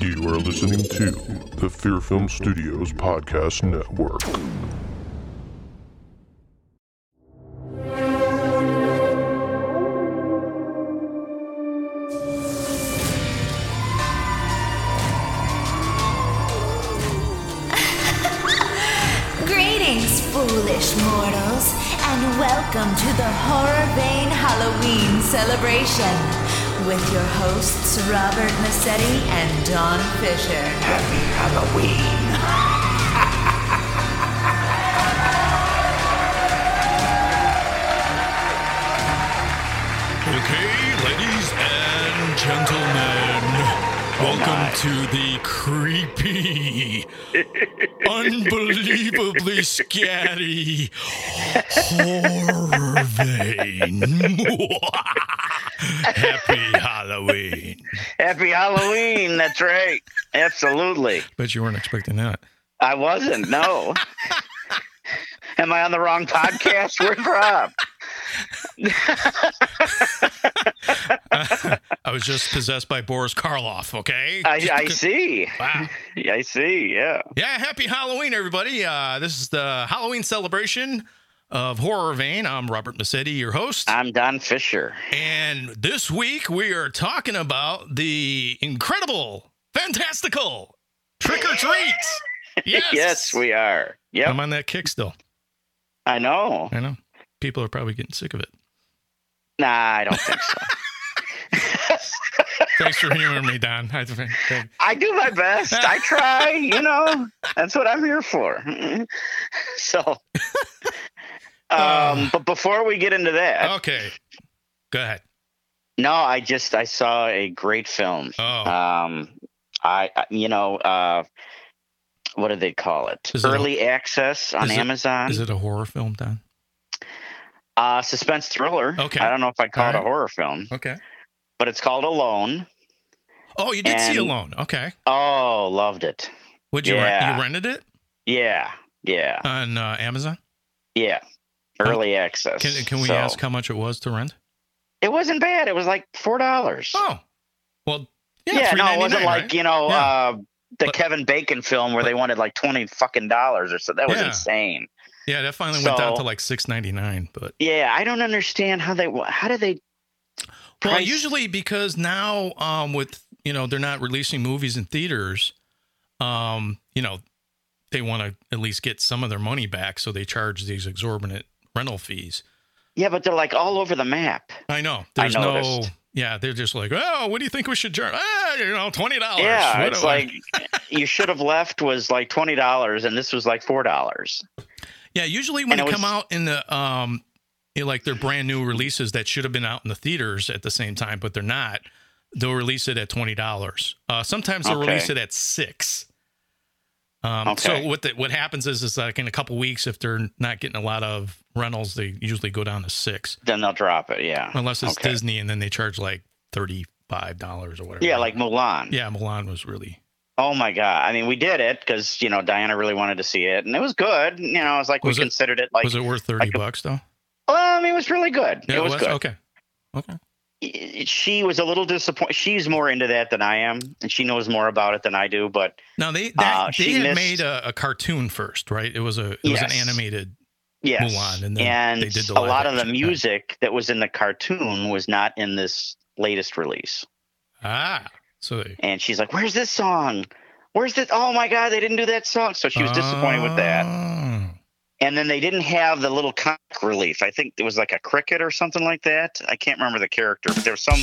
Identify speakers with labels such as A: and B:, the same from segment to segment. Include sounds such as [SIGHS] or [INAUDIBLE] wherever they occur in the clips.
A: You are listening to the Fear Film Studios Podcast Network.
B: Greetings, foolish mortals, and welcome to the Horror Vein Halloween celebration with your hosts Robert Massetti and Don Fisher.
C: Happy Halloween.
D: Okay, ladies and gentlemen, welcome to the creepy, unbelievably scary horror vein. [LAUGHS] Happy Halloween.
C: Happy Halloween. That's right. Absolutely.
D: Bet you weren't expecting that.
C: I wasn't. No. Am I on the wrong podcast? Where's Rob?
D: I was just possessed by Boris Karloff, okay?
C: I,
D: Just
C: I
D: because-
C: see.
D: Wow.
C: I see. Yeah.
D: Yeah, happy Halloween, everybody. Uh, this is the Halloween celebration of Horror Vein. I'm Robert Massetti, your host.
C: I'm Don Fisher.
D: And this week we are talking about the incredible, fantastical trick or treats. Yes.
C: [LAUGHS] Yes, we are. Yep.
D: I'm on that kick still.
C: I know.
D: I know. People are probably getting sick of it.
C: Nah, I don't think so.
D: Thanks for humoring me, Don. [LAUGHS] I think- thank-
C: I do my best. I try, you know. That's what I'm here for. [LAUGHS] so, um, but before we get into that,
D: Okay. Go ahead.
C: No, I just I saw a great film.
D: Oh.
C: Um, I I- you know uh, what do they call it?
D: Is it a-
C: Early access on
D: is it-
C: Amazon.
D: Is it a horror film, Don?
C: uh, suspense thriller.
D: Okay.
C: I don't know if I call it a
D: All right.
C: horror film,
D: Okay.
C: but it's called Alone.
D: Oh, you did see
C: And-
D: Alone. Okay.
C: Oh, loved it.
D: Would you
C: Yeah.
D: rent, you rented it
C: Yeah, yeah,
D: on uh, Amazon?
C: yeah. Early access.
D: Can can we
C: So,
D: ask how much it was to rent?
C: It wasn't bad. It was like four dollars.
D: Oh. Well, yeah,
C: yeah, no, it wasn't
D: $3.99,
C: like
D: right?
C: you know
D: Yeah.
C: uh, the
D: But-
C: Kevin Bacon film where they wanted like twenty fucking dollars or so. That was
D: Yeah.
C: insane.
D: Yeah, that finally went down to
C: So-
D: like six ninety nine. But
C: Yeah, I don't understand how they how do they
D: well,
C: price-
D: usually because now um, with you know they're not releasing movies in theaters, um, you know they want to at least get some of their money back, so they charge these exorbitant rental fees.
C: Yeah, but they're like all over the map.
D: I know
C: I
D: there's no.
C: noticed.
D: Yeah, they're just like, oh, what do you think we should charge? Ah, you know, twenty dollars.
C: yeah, it's like [LAUGHS] you should have left was like twenty dollars, and this was like four dollars.
D: yeah. Usually when
C: and
D: they
C: it
D: come
C: was-
D: out in the um, you know, like their brand new releases that should have been out in the theaters at the same time, but they're not. They'll release it at twenty dollars. Uh, sometimes they'll
C: Okay.
D: release it at six. Um,
C: Okay.
D: So what the, what happens is is like in a couple weeks, if they're not getting a lot of rentals, they usually go down to six,
C: Then they'll drop it. Yeah,
D: unless it's
C: Okay.
D: Disney, and then they charge like thirty five dollars or whatever.
C: Yeah, like Mulan.
D: yeah, Milan was really
C: Oh my god! I mean, we did it because you know Diana really wanted to see it, and it was good. You know, it's like
D: Was it-
C: we considered it like.
D: was it worth thirty
C: like a-
D: bucks though?
C: well, I mean, it was really good.
D: Yeah, Oh.
C: it was, good.
D: okay. Okay.
C: Y- She was a little disappointed. She's more into that than I am, and she knows more about it than I do. But
D: Now they that,
C: Uh,
D: they
C: she
D: had
C: missed-
D: made a, a cartoon first, right? It was a it was an
C: Yes.
D: animated
C: Yes.
D: Mulan, and then they did the
C: a
D: live
C: lot of the
D: action.
C: music that was in the cartoon was not in this latest release.
D: ah. So they,
C: And she's like, "Where's this song? Where's this? Oh my god, they didn't do that song!" So she was disappointed with that.
D: Oh.
C: And then they didn't have the little comic relief. I think it was like a cricket or something like that. I can't remember the character, but there was some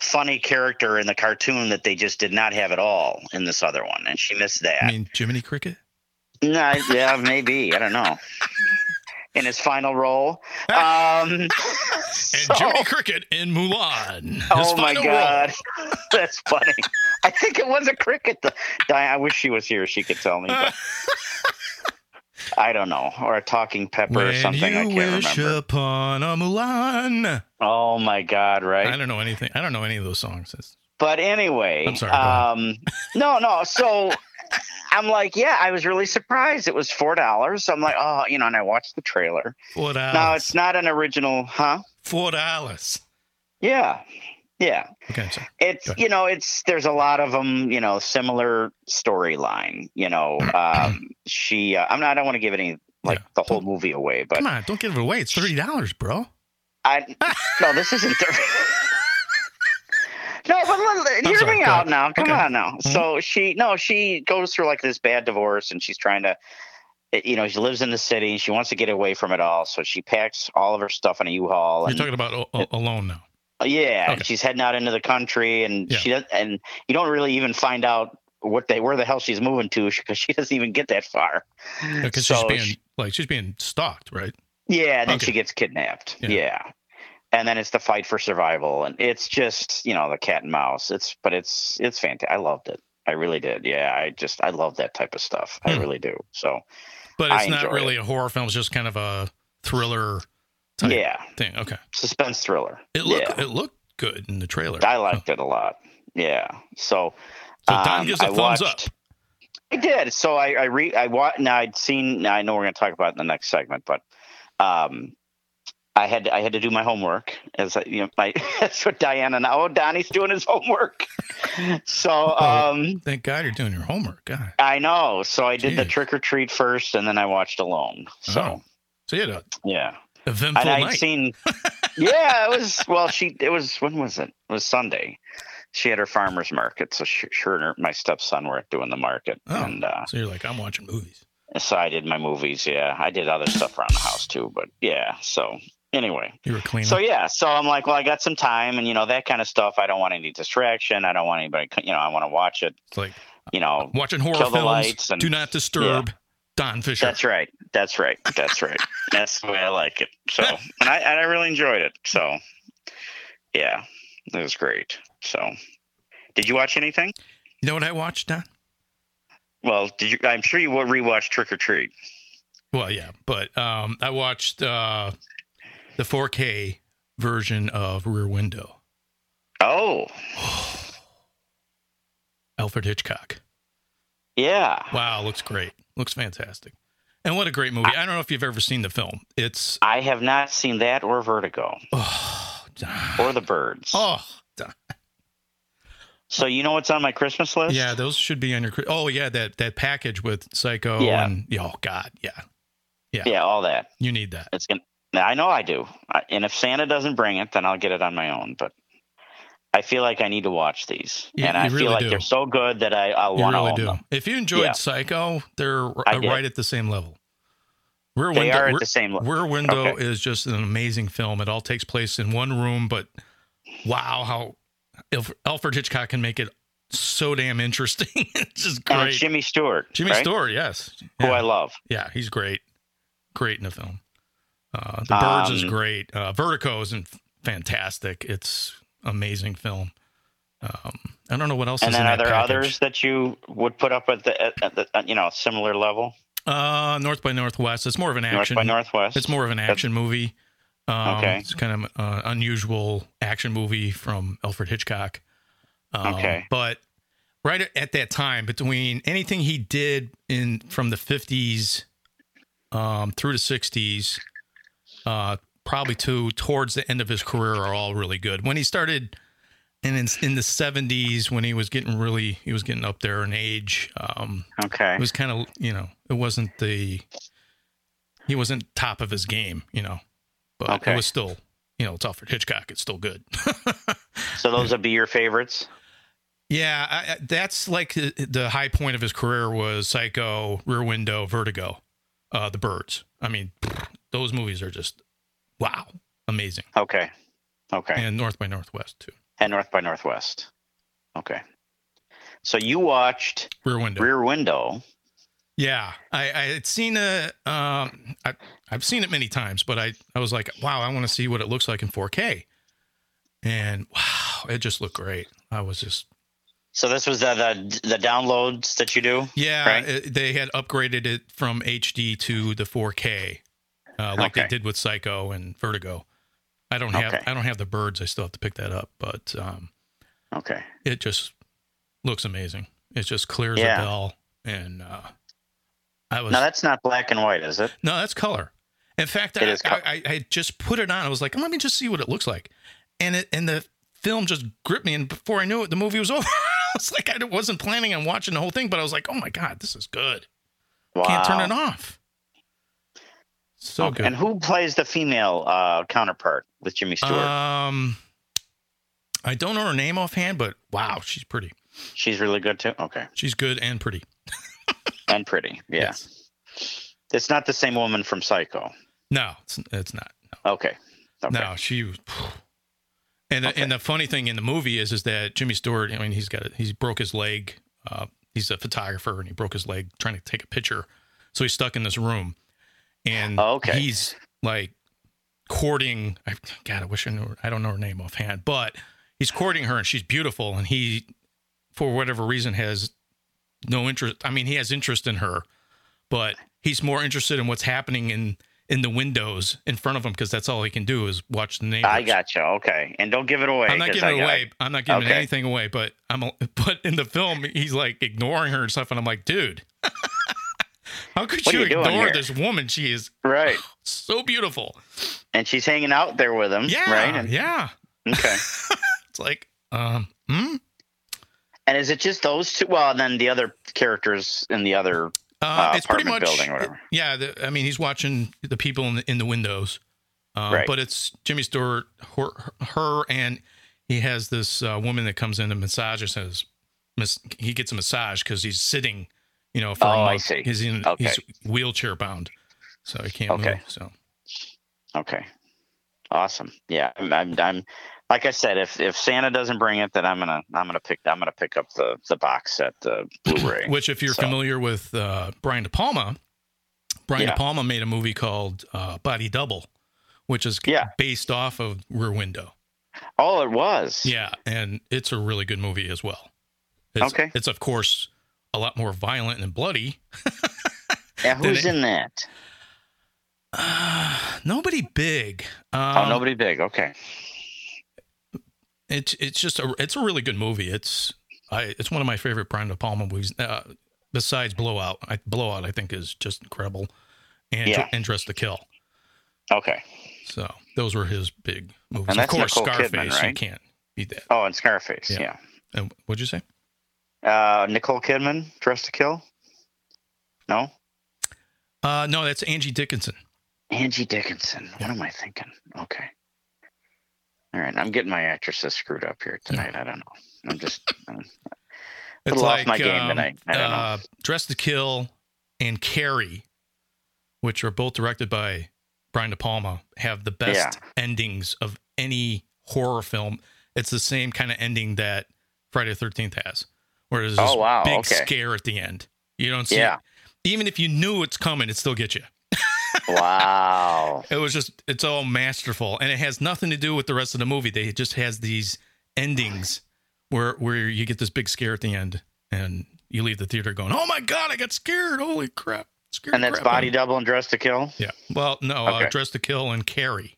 C: funny character in the cartoon that they just did not have at all in this other one, and she missed that.
D: I mean, Jiminy
C: [LAUGHS]
D: Cricket.
C: No, yeah, maybe. I
D: [LAUGHS]
C: don't know. In his final role. Um,
D: And
C: so-
D: Jiminy Cricket in Mulan. His
C: oh my
D: final role.
C: God. [LAUGHS] That's funny. I think it was a cricket. Th- Diane, I wish she was here. She could
D: [LAUGHS]
C: tell me. [LAUGHS] But I don't know. Or a talking pepper or
D: When
C: something. I
D: you
C: can't
D: wish
C: remember.
D: upon a Mulan.
C: Oh my God,
D: I
C: right?
D: don't know anything. I don't know any of those songs. It's-
C: But anyway.
D: I'm sorry, go
C: um, no, no. So. I'm like, yeah, I was really surprised. It was four dollars. I'm like, oh, you know, and I watched the trailer.
D: Four dollars.
C: No, it's not an original, huh?
D: Four dollars.
C: Yeah. Yeah.
D: Okay, so
C: It's
D: Good.
C: you know it's there's a lot of them you know similar storyline you
D: [CLEARS THROAT]
C: know um, she uh, I'm not I don't want to give any like
D: Yeah.
C: the whole movie away but
D: come on, don't give it away. It's thirty dollars, bro.
C: I
D: [LAUGHS]
C: no this isn't the [LAUGHS] no but let-
D: I'm
C: let- hear
D: sorry,
C: me
D: go
C: out
D: ahead.
C: now come
D: Okay. Mm-hmm.
C: on now so she no she goes through like this bad divorce and she's trying to it- you know she lives in the city and she wants to get away from it all so she packs all of her stuff in a U-Haul
D: You're
C: and
D: talking about o- o- alone now.
C: Oh, Yeah, and
D: Okay.
C: she's heading out into the country, and
D: Yeah.
C: she does, and you don't really even find out what they where the hell she's moving to [LAUGHS] because she doesn't even get that far.
D: Because she's
C: So
D: being
C: she-
D: like she's being stalked, right?
C: yeah, and then
D: Okay.
C: she gets kidnapped.
D: Yeah.
C: Yeah. and then it's the fight for survival, and it's just you know the cat and mouse. It's but it's it's fantastic. I loved it. I really did. Yeah, I just I love that type of stuff. I
D: Hmm.
C: really do. So
D: But
C: I
D: it's not
C: enjoy
D: really a horror film. It's just kind of a thriller type
C: yeah,
D: thing. Okay,
C: suspense thriller.
D: it looked
C: yeah,
D: it looked good in the trailer.
C: I liked it a lot. Yeah, so
D: So Don gives a
C: Um, I
D: thumbs up.
C: I did. So I, I re I wa- now I'd seen now I know we're gonna talk about it in the next segment, but um I had I had to do my homework as I, you know my [LAUGHS] that's what Diana now oh, Donnie's doing his homework. [LAUGHS] so um
D: Thank God you're doing your homework. God.
C: I know. So I did the
D: Jeez.
C: trick or treat first and then I watched Alone. So
D: Oh. So you had a
C: yeah.
D: eventful
C: And I'd
D: night.
C: seen
D: [LAUGHS]
C: Yeah, it was well she it was when was it? It was Sunday. She had her farmer's market, so she, she and her, my stepson were doing the market,
D: Oh.
C: and uh,
D: so you're like, I'm watching movies.
C: So I did my movies. Yeah, I did other stuff around the house too. But yeah, so anyway,
D: You were cleaning.
C: so yeah, so I'm like, well, I got some time, and you know that kind of stuff. I don't want any distraction. I don't want anybody. You know, I want to watch it.
D: it's like
C: You know,
D: watching horror
C: Kill the
D: films.
C: lights and-
D: do not disturb Don Fisher.
C: that's right. That's right. That's right. That's the way I like it. So and I and I really enjoyed it. So yeah, it was great. So did you watch anything?
D: You know what I watched, Don?
C: Well, did you? I'm sure you will rewatch Trick or Treat.
D: Well, yeah, but um, I watched uh, the 4K version of Rear Window.
C: Oh
D: Alfred Hitchcock.
C: yeah.
D: Wow, looks great. Looks fantastic. And what a great movie. I don't know if you've ever seen the film. It's
C: I have not seen that
D: [SIGHS]
C: or Vertigo
D: oh, Don.
C: or The Birds.
D: oh Don.
C: So you know what's on my Christmas list?
D: yeah, those should be on your. cri- Oh yeah, that that package with Psycho
C: Yeah.
D: and oh god, yeah,
C: yeah, all that.
D: you need that.
C: It's gonna. Now, I know I do, I- and if Santa doesn't bring it, then I'll get it on my own. But I feel like I need to watch these,
D: You-
C: and
D: you
C: I
D: really
C: feel like
D: do.
C: they're so good that I I'll
D: You
C: want to
D: really
C: own
D: do.
C: them.
D: If you enjoyed
C: Yeah.
D: Psycho, they're r- uh,
C: I did.
D: right at the same level. Rear
C: They
D: Window,
C: are
D: Rear-
C: at the same level.
D: Rear Window is just an amazing film. It all takes place in one room, but wow, how Alf- Alfred Hitchcock can make it so damn interesting. [LAUGHS] it's just
C: And
D: great.
C: it's
D: Jimmy,
C: Jimmy Stewart. right?
D: Stewart, yes,
C: who I
D: yeah.
C: love.
D: Yeah, he's great, great in the film. Uh, the Birds is
C: Um,
D: great. Uh, Vertigo is in- fantastic. It's amazing film. Um, I don't know what else.
C: And
D: is
C: then
D: in
C: are
D: that
C: there
D: package.
C: others that you would put up at the, at, at the at, you know similar level?
D: Uh, North by Northwest. It's more of an action.
C: North by Northwest.
D: It's more of an action movie. Um,
C: Okay.
D: It's kind of uh, unusual action movie from Alfred Hitchcock. Um,
C: Okay.
D: But right at that time, between anything he did in from the fifties um, through the sixties, uh, probably to towards the end of his career are all really good. When he started. And in, in the 70s, when he was getting really, he was getting up there in age. Um,
C: Okay.
D: it was kind of you know it wasn't the he wasn't top of his game you know but it
C: Okay.
D: was still you know it's alfred hitchcock it's still good [LAUGHS]
C: So those would be your favorites.
D: yeah I, I- that's like the, the high point of his career was psycho rear window vertigo uh the birds i mean those movies are just wow amazing
C: Okay. Okay.
D: and north by northwest too
C: and North by Northwest. Okay. So you watched
D: rear window
C: Rear Window.
D: Yeah, I, I had seen a, um, I, I've seen it many times, but I, I was like, wow, I want to see what it looks like in 4K, and wow, it just looked great. I was just,
C: So this was the the, the downloads that you do.
D: yeah,
C: Right.
D: it- they had upgraded it from HD to the 4K, uh, like they
C: Okay.
D: did with Psycho and Vertigo. I don't have,
C: Okay.
D: I don't have the birds. I still have to pick that up, but um,
C: Okay.
D: it just looks amazing. It's just clear as
C: Yeah.
D: a bell, and uh, I was
C: Now that's not black and white, is it?
D: No, that's color. In fact,
C: It
D: I,
C: is co-
D: I, I, I had just put it on. I was like, let me just see what it looks like. And it and the film just gripped me, and before I knew it, the movie was [LAUGHS] over. I was like, I wasn't planning on watching the whole thing, but I was like, oh my god, this is good.
C: Wow.
D: Can't turn it off. So good.
C: And who plays the female uh, counterpart with Jimmy Stewart?
D: Um, I don't know her name offhand, but wow, she's pretty.
C: She's really good too. Okay,
D: She's good and pretty.
C: and pretty. Yeah,
D: Yes.
C: it's not the same woman from Psycho.
D: No, it's, it's not.
C: Okay. Okay.
D: No, she. was- [SIGHS] And the, and the funny thing in the movie is is that Jimmy Stewart. I mean, he's got a, he's broke his leg. Uh, he's a photographer, and he broke his leg trying to take a picture. So he's stuck in this room, and
C: Oh, okay.
D: he's like courting. I, God, I wish I knew. Her, I don't know her name offhand, but he's courting her, and she's beautiful, and he, for whatever reason, has no interest. I mean, he has interest in her, but he's more interested in what's happening in in the windows in front of him because that's all he can do is watch the neighbors.
C: I gotcha. Okay, and don't give it away.
D: I'm not
C: 'cause
D: giving
C: I
D: it
C: got-
D: away. I'm not giving
C: Okay.
D: anything away. But I'm. a- [LAUGHS] But in the film, he's like ignoring her and stuff, and I'm like, dude, [LAUGHS] how could
C: What are
D: you,
C: you doing
D: ignore
C: here?
D: this woman? She is
C: Right,
D: so beautiful.
C: and she's hanging out there with him.
D: Yeah,
C: Right. And,
D: yeah.
C: Okay.
D: It's like, um, hmm?
C: And is it just those two? Well, and then the other characters in the other.
D: uh,
C: Uh,
D: it's pretty
C: apartment
D: much.
C: building or whatever.
D: Yeah, the, I mean, he's watching the people in the, in the windows, uh,
C: Right.
D: but it's Jimmy Stewart, her, her and he has this uh, woman that comes in and massages says, mas- he gets a massage because he's sitting, you know, for a
C: Oh, I
D: month.
C: see.
D: He's in,
C: Okay.
D: he's wheelchair bound, so he can't
C: Okay.
D: move. So
C: Okay. Awesome. Yeah. I'm, I'm. I'm. Like I said, if if Santa doesn't bring it, then I'm gonna I'm gonna pick I'm gonna pick up the the box set,
D: [COUGHS]
C: the Blu-ray.
D: Which, if you're
C: So-
D: familiar with uh, Brian De Palma, Brian
C: Yeah.
D: De Palma made a movie called uh, Body Double, which is
C: Yeah.
D: based off of Rear Window.
C: Oh, it was.
D: Yeah, and it's a really good movie as well. It's,
C: Okay.
D: It's of course a lot more violent and bloody.
C: Yeah, who's
D: Did it-
C: in that?
D: Nobody big. Um,
C: oh, nobody big. Okay.
D: It's it's just a it's a really good movie. It's I it's one of my favorite Brian De Palma movies. Uh, besides Blowout, I, Blowout I think is just incredible, and
C: Yeah.
D: and Dress to Kill.
C: Okay.
D: So those were his big movies.
C: And
D: of
C: that's
D: course,
C: Nicole Kidman,
D: Scarface. You
C: right?
D: can't beat that.
C: Oh, and Scarface.
D: Yeah.
C: Yeah.
D: And what'd you say?
C: Uh, Nicole Kidman, Dress to Kill. No,
D: Uh, no, that's Angie Dickinson.
C: Angie Dickinson. What am I thinking? Okay. All right, I'm getting my actresses screwed up here tonight. I don't know. I'm just I'm a
D: It's
C: little off my game
D: um,
C: tonight. I don't know.
D: uh, Dress to Kill and Carrie, which are both directed by Brian De Palma, have the best endings of any horror film. It's the same kind of ending that Friday the Thirteenth has, where there's this
C: Oh, wow,
D: big
C: okay.
D: scare at the end. You don't see,
C: Yeah.
D: it. even if you knew it's coming, it still gets you.
C: Wow.
D: It was just it's all masterful, and it has nothing to do with the rest of the movie. They it just has these endings where where you get this big scare at the end, and you leave the theater going, "Oh my god, I got scared! Holy crap!" Scared
C: And that's
D: crap out
C: Body
D: of me."
C: Double and Dress to Kill.
D: Yeah. Well, no, uh,
C: Okay.
D: Dress to Kill and Carrie.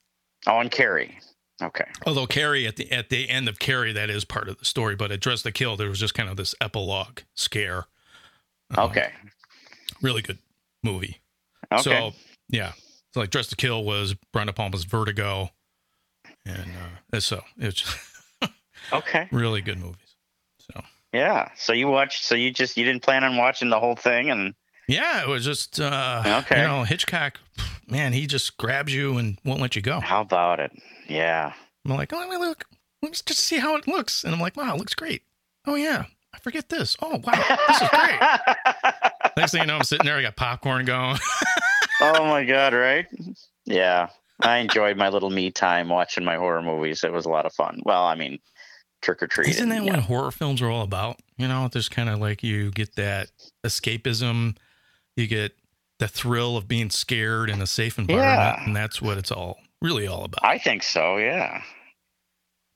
C: Oh, and Carrie. Okay.
D: Although Carrie at the at the end of Carrie, that is part of the story. But at Dress to Kill, there was just kind of this epilogue scare. Uh,
C: Okay.
D: Really good movie.
C: Okay.
D: So yeah, so like Dress to Kill was Brian De Palma's Vertigo, and uh, so it's.
C: okay.
D: really good movies. So
C: Yeah. So you watched. So you just you didn't plan on watching the whole thing, and
D: yeah, it was just uh,
C: Okay.
D: you know Hitchcock, man, he just grabs you and won't let you go.
C: how about it? Yeah.
D: I'm like, oh, let me look, let me just see how it looks, and I'm like, wow, it looks great. Oh yeah, I forget this. Oh wow, this is
C: [LAUGHS]
D: great. Next thing you know, I'm sitting there, I got popcorn going. [LAUGHS]
C: oh my god, right? Yeah. I enjoyed my little me time watching my horror movies. It was a lot of fun. Well, I mean, trick or treat.
D: Isn't that
C: yeah.
D: what horror films are all about? You know, there's kind of like you get that escapism, you get the thrill of being scared in a safe environment,
C: Yeah.
D: and that's what it's all really all about.
C: I think so. Yeah.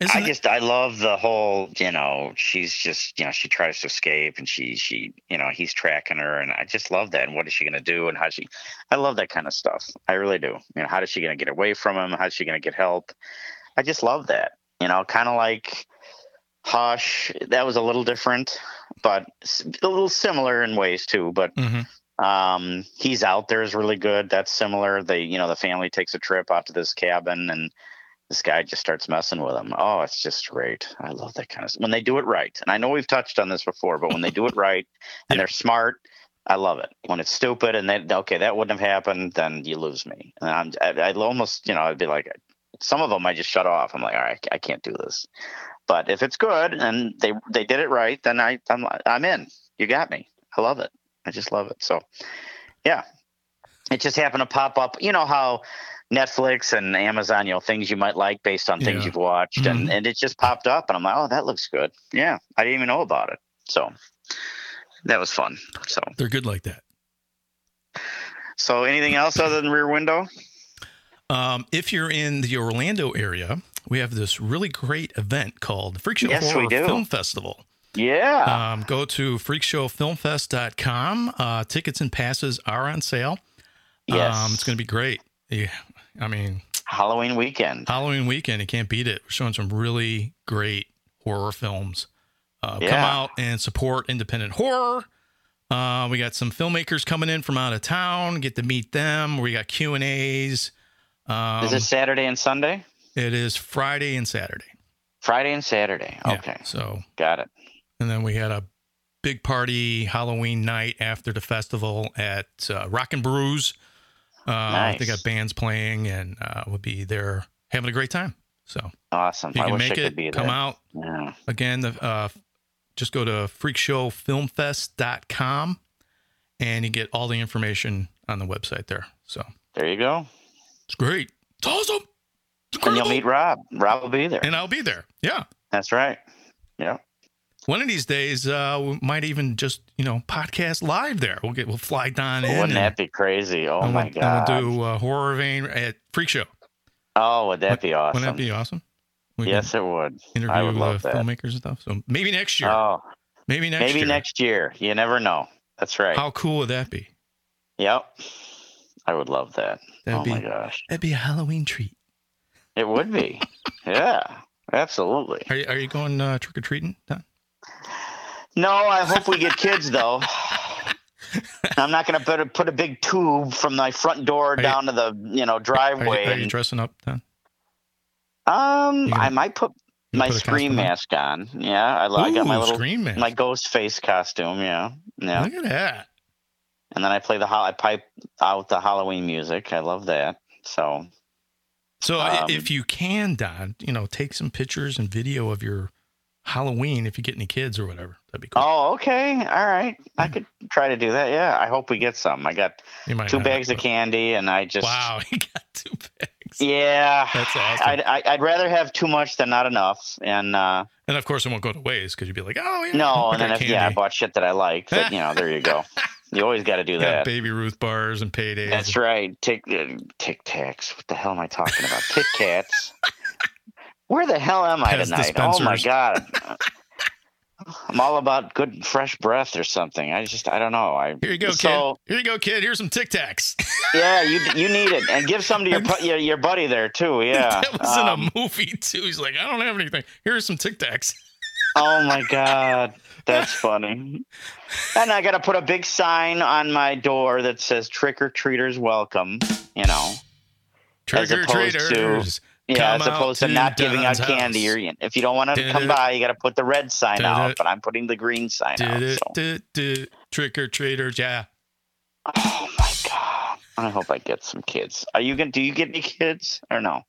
D: Isn't
C: I
D: it?
C: just I love the whole, you know, she's just, you know, she tries to escape and she she, you know, he's tracking her and I just love that and what is she going to do and how she I love that kind of stuff. I really do. You know, how is she going to get away from him? How's she going to get help? I just love that. You know, kind of like Hush, that was a little different, but s- a little similar in ways too, but
D: Mhm.
C: um, he's out there is really good. That's similar. They, you know, the family takes a trip out to this cabin and this guy just starts messing with them. Oh, it's just great. I love that kind of when they do it right. And I know we've touched on this before, but when they do it right and they're smart, I love it. When it's stupid and then okay, that wouldn't have henopened, then you lose me. And I'm I, I'd almost you know I'd be like some of them I just shut off. I'm like all right, I can't do this. But if it's good and they they did it right, then I I'm I'm in. You got me. I love it. I just love it. So yeah, it just happened to pop up. You know how Netflix and Amazon, you know, things you might like based on things
D: Yeah.
C: you've watched,
D: Mm-hmm.
C: and and it just popped up, and I'm like, oh, that looks good. Yeah, I didn't even know about it. So that was fun. So
D: They're good like that.
C: so anything else other than Rear Window?
D: Um, if you're in the Orlando area, we have this really great event called Freak Show
C: Yes, we
D: Horror
C: do. Ah.
D: Film Festival.
C: Yeah,
D: Um, go to freakshowfilmfest.com. Uh, tickets and passes are on sale.
C: yes.
D: Um, it's going to be great. Yeah. I mean,
C: Halloween weekend.
D: Halloween weekend, you can't beat it. We're showing some really great horror films. Uh, Come
C: Yeah.
D: out and support independent horror. Uh, we got some filmmakers coming in from out of town. Get to meet them. We got Q and A's. Um,
C: Is it Saturday and Sunday?
D: it is Friday and Saturday.
C: Friday and Saturday.
D: Yeah,
C: Okay,
D: so
C: got it.
D: and then we had a big party Halloween night after the festival at uh, Rock and Brews. Uh, They
C: Nice.
D: got bands playing, and uh, we'll be there having a great time. So
C: Awesome.
D: if you
C: I
D: can
C: wish
D: make
C: I could be
D: it, come
C: there.
D: out.
C: Yeah.
D: Again, the, uh, just go to freakshowfilmfest.com and you get all the information on the website there. So
C: There you go.
D: it's great. It's awesome. It's
C: And
D: incredible.
C: you'll meet Rob. Rob will be there.
D: And I'll be there. Yeah.
C: That's right. Yeah.
D: One of these days, uh, we might even just, you know, podcast live there. We'll get, we'll fly down in.
C: Wouldn't
D: and-
C: that be crazy? Oh
D: and we'll-
C: my god.
D: And we'll do uh, Horror Vein at Freak Show.
C: oh, would that be awesome?
D: Wouldn't that be awesome? We can
C: yes, it would.
D: interview
C: I would
D: uh,
C: love that.
D: filmmakers and stuff. So maybe next year.
C: Oh,
D: maybe next
C: maybe
D: year.
C: next year. You never know. That's right.
D: How cool would that be?
C: Yep. I would love that.
D: That'd
C: oh
D: be
C: my gosh.
D: that'd be a Halloween treat.
C: It would
D: [LAUGHS]
C: be. yeah. Absolutely.
D: Are you, are you going uh, trick or treating? Don?
C: No, I hope we get
D: [LAUGHS]
C: kids though. I'm not going to put a, put a big tube from my front door
D: you-
C: down to the you know
D: Are you,
C: driveway.
D: are you
C: and-
D: dressing up, Don?
C: um,
D: you gonna-
C: I might put
D: you
C: my
D: put a
C: scream
D: costume on?
C: mask on. Yeah, I, lo- I got my
D: Ooh,
C: little
D: scream mask.
C: my ghost face costume. Yeah, yeah.
D: Look at that.
C: and then I play the ho- I pipe out the Halloween music. I love that. So
D: So i
C: Um,
D: if you can, Don, you know, take some pictures and video of your Halloween if you get any kids or whatever. That'd be cool.
C: oh okay, all right. I could try to do that. Yeah, I hope we get some. I got
D: You might
C: two
D: not,
C: bags of
D: but-
C: candy, and I
D: [LAUGHS]
C: just
D: Wow, he got two bags.
C: yeah.
D: That's awesome.
C: I'd, I- I'd rather have too much than not enough, and uh,
D: and of course, it won't go to waste because you'd be like, oh, yeah.
C: no,
D: I
C: and then
D: [LAUGHS] got
C: if, yeah, I
D: candy.
C: bought shit that I liked. But, you know, there
D: [LAUGHS]
C: you go. You always got to do
D: You got
C: that.
D: baby Ruth bars and paydays.
C: That's right. Tic uh, Tic Tacs. What the hell am I talking about? Kit Kats. Where the hell am I
D: Pez
C: tonight? Oh my
D: dispensers.
C: god.
D: [LAUGHS]
C: I'm all about good fresh breath or something. I just I don't know. I
D: Here you go,
C: So
D: kid. Here you go, kid. Here's some Tic Tacs. [LAUGHS]
C: yeah, you you need it, and give some to your pu- your, your buddy
D: [LAUGHS]
C: there too. Yeah.
D: that was
C: Um,
D: in a movie too. He's like, I don't have anything. Here's some Tic Tacs.
C: Oh my god, that's funny. And I got to put a big sign on my door that says "Trick or Treaters Welcome." You know.
D: Trick
C: As
D: or
C: opposed to-
D: treaters.
C: Yeah,
D: Come
C: as
D: out
C: opposed to
D: to
C: not giving out
D: Don's
C: candy.
D: house.
C: Or, if you don't want to
D: Did
C: come
D: it.
C: by, you got to put the red sign
D: Did
C: out.
D: it.
C: But I'm putting the green sign out.
D: Did it?
C: so-
D: Did, did, trick or treaters. Yeah.
C: Oh my god! I hope I get some kids. Are you gonna? Do you get any kids or no?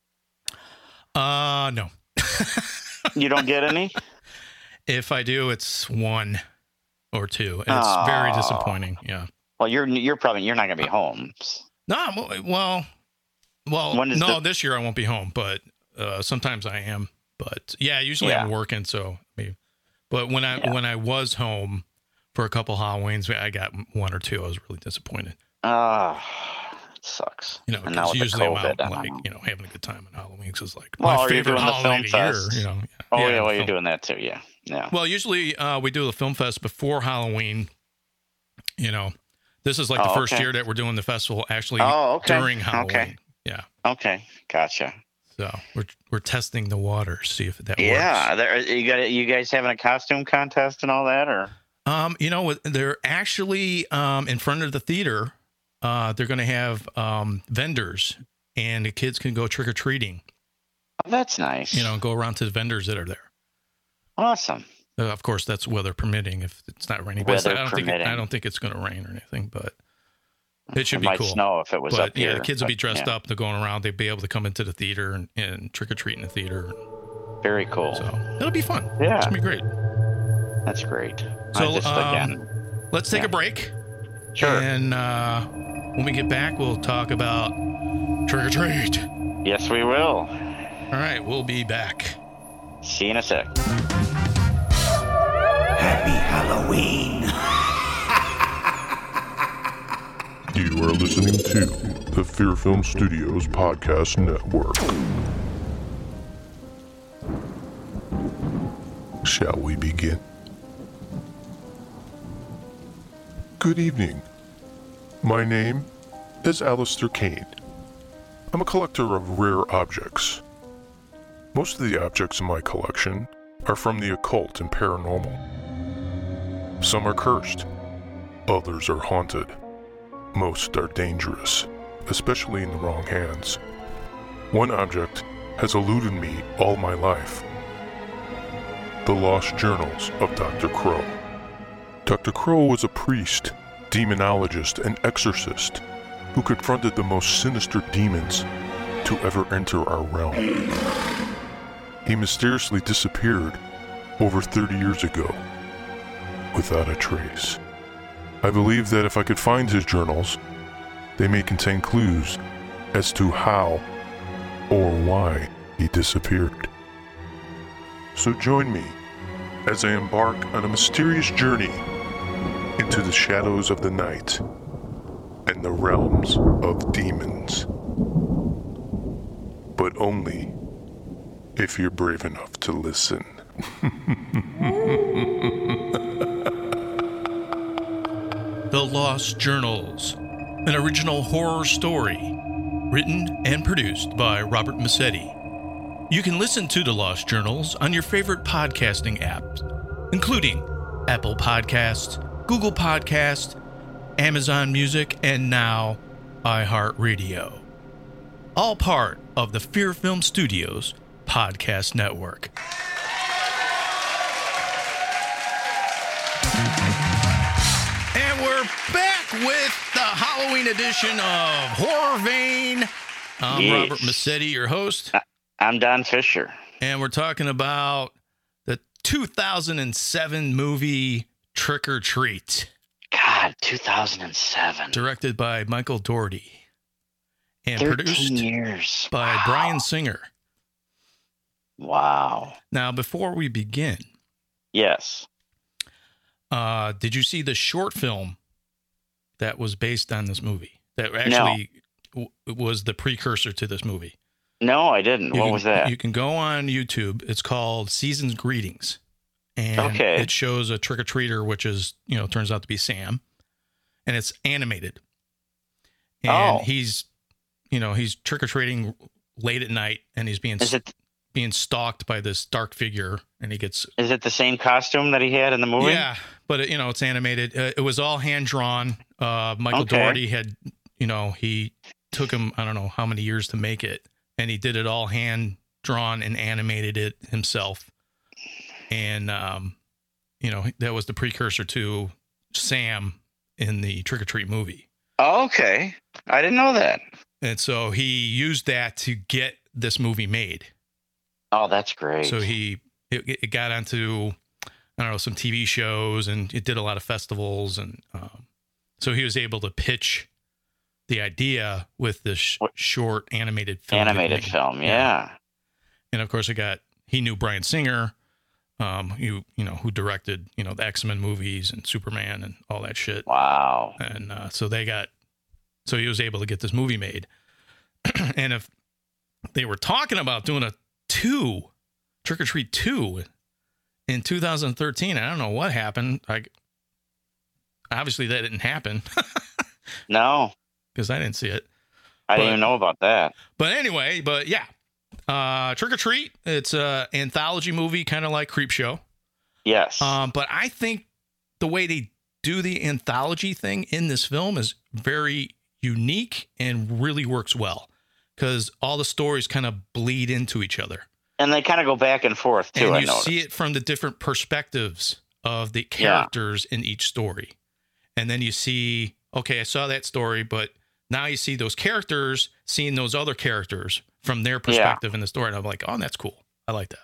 D: Uh, no.
C: You don't get any.
D: [LAUGHS] If I do, it's one or two. And it's very
C: Aw.
D: disappointing. Yeah.
C: Well, you're you're probably you're not gonna be home.
D: No, I'm- well, well,
C: When is
D: no,
C: the-
D: this year I won't be home, but uh, sometimes I am. But yeah, usually I'm working, so maybe. But when I
C: Yeah.
D: when I was home for a couple Halloweens, I got one or two. I was really disappointed.
C: Ah, it sucks.
D: You know,
C: and now
D: 'cause
C: with the
D: usually
C: COVID, I
D: I'm out,
C: don't
D: like
C: know.
D: you know having a good time on Halloween because like
C: Well,
D: my
C: are you
D: favorite
C: doing the
D: holiday of the
C: film
D: year.
C: fest?
D: You know. Yeah.
C: Oh
D: Yeah,
C: yeah,
D: the
C: well you're
D: film-
C: doing that too. Yeah, yeah.
D: Well, usually uh, we do the film fest before Halloween. You know, this is like the
C: Oh,
D: first
C: okay.
D: year that we're doing the festival actually
C: Oh, okay.
D: during Halloween.
C: Okay.
D: Yeah.
C: Okay, gotcha.
D: So we're we're testing the water, see if that
C: Yeah,
D: works.
C: there, you got you guys having a costume contest and all that, or
D: Um, you know, what, they're actually um in front of the theater. Uh, they're going to have um vendors, and the kids can go trick or treating.
C: Oh, that's nice.
D: you know, and go around to the vendors that are there.
C: awesome.
D: Uh, of course, that's weather permitting. If it's not raining, but it's-
C: Weather
D: I don't think it, I
C: permitting.
D: don't think it's going to rain or anything. But it should
C: it
D: be
C: might
D: cool.
C: snow if it was
D: but
C: up here.
D: yeah, the kids will
C: but,
D: be dressed
C: yeah,
D: up. They're going around. They'll be able to come into the theater and, and trick or treat in the theater.
C: Very cool.
D: So it'll be fun.
C: Yeah.
D: it's gonna be great.
C: That's great.
D: So,
C: I just,
D: um,
C: again,
D: Let's take
C: Yeah.
D: a break,
C: sure.
D: and uh, when we get back, we'll talk about trick or treat.
C: yes, we will.
D: All right, we'll be back.
C: See you in a sec.
E: Happy Halloween.
A: You are listening to the Fear Film Studios Podcast Network. Shall we begin? Good evening. My name is Alistair Kane. I'm a collector of rare objects. Most of the objects in my collection are from the occult and paranormal. Some are cursed, others are haunted. Most are dangerous, especially in the wrong hands. One object has eluded me all my life the lost journals of Dr. Crow. Dr. Crow was a priest, demonologist, and exorcist who confronted the most sinister demons to ever enter our realm. He mysteriously disappeared over 30 years ago without a trace. I believe that if I could find his journals, they may contain clues as to how or why he disappeared. So join me as I embark on a mysterious journey into the shadows of the night and the realms of demons. But only if you're brave enough to listen.
D: The Lost Journals, an original horror story written and produced by Robert Massetti. You can listen to The Lost Journals on your favorite podcasting apps, including Apple Podcasts, Google Podcasts, Amazon Music, and now iHeartRadio. All part of the Fear Film Studios Podcast Network. And we're back with the Halloween edition of Horror Vein. I'm
C: Yes.
D: Robert Massetti, your host.
C: I'm Don Fisher.
D: and we're talking about the 2007 movie Trick or Treat,
C: God, 2007.
D: directed by Michael Doherty and
C: 13
D: produced
C: years.
D: by Brian Singer.
C: Wow.
D: Now, before we begin,
C: Yes.
D: uh, did you see the short film that was based on this movie? That actually w- was the precursor to this movie.
C: No, I didn't.
D: You
C: what
D: can-
C: was that?
D: You can go on YouTube. It's called Season's Greetings. And
C: Okay.
D: it shows a trick or treater, which is, you know, turns out to be Sam. And it's animated. And
C: Oh.
D: he's, you know, he's trick or treating late at night and he's being
C: Is it
D: being stalked by this dark figure and he gets
C: is it the same costume that he had in the movie?
D: yeah, but it, you know, it's animated. Uh, it was all hand drawn. Uh, Michael
C: Okay.
D: Doherty had, you know, he took him I don't know how many years to make it, and he did it all hand drawn and animated it himself. And um, you know, that was the precursor to Sam in the Trick or Treat movie.
C: Oh, okay. I didn't know that.
D: And so he used that to get this movie made.
C: Oh, that's great.
D: So he it, it got onto I don't know some TV shows and it did a lot of festivals and um, so he was able to pitch the idea with this sh-
C: What-
D: short animated film. he
C: animated
D: made.
C: film. Yeah.
D: And of course, it got he knew Brian Singer, um, who you know who directed you know the X Men movies and Superman and all that shit
C: Wow.
D: and uh, so they got so he was able to get this movie made [CLEARS THROAT] and if they were talking about doing a two trick or treat two in 2013 i don't know what happened like obviously that didn't happen [LAUGHS]
C: No,
D: because i didn't see it
C: I
D: But-
C: didn't even know about that.
D: but anyway but yeah uh trick or treat it's a anthology movie kind of like creep show
C: Yes.
D: Um, but I think the way they do the anthology thing in this film is very unique and really works well because all the stories kind of bleed into each other.
C: and they kind of go back and forth too.
D: and
C: I
D: you
C: noticed.
D: see it from the different perspectives of the characters in each story and then you see okay i saw that story but now you see those characters seeing those other characters from their perspective in the story and i'm like oh that's cool i like that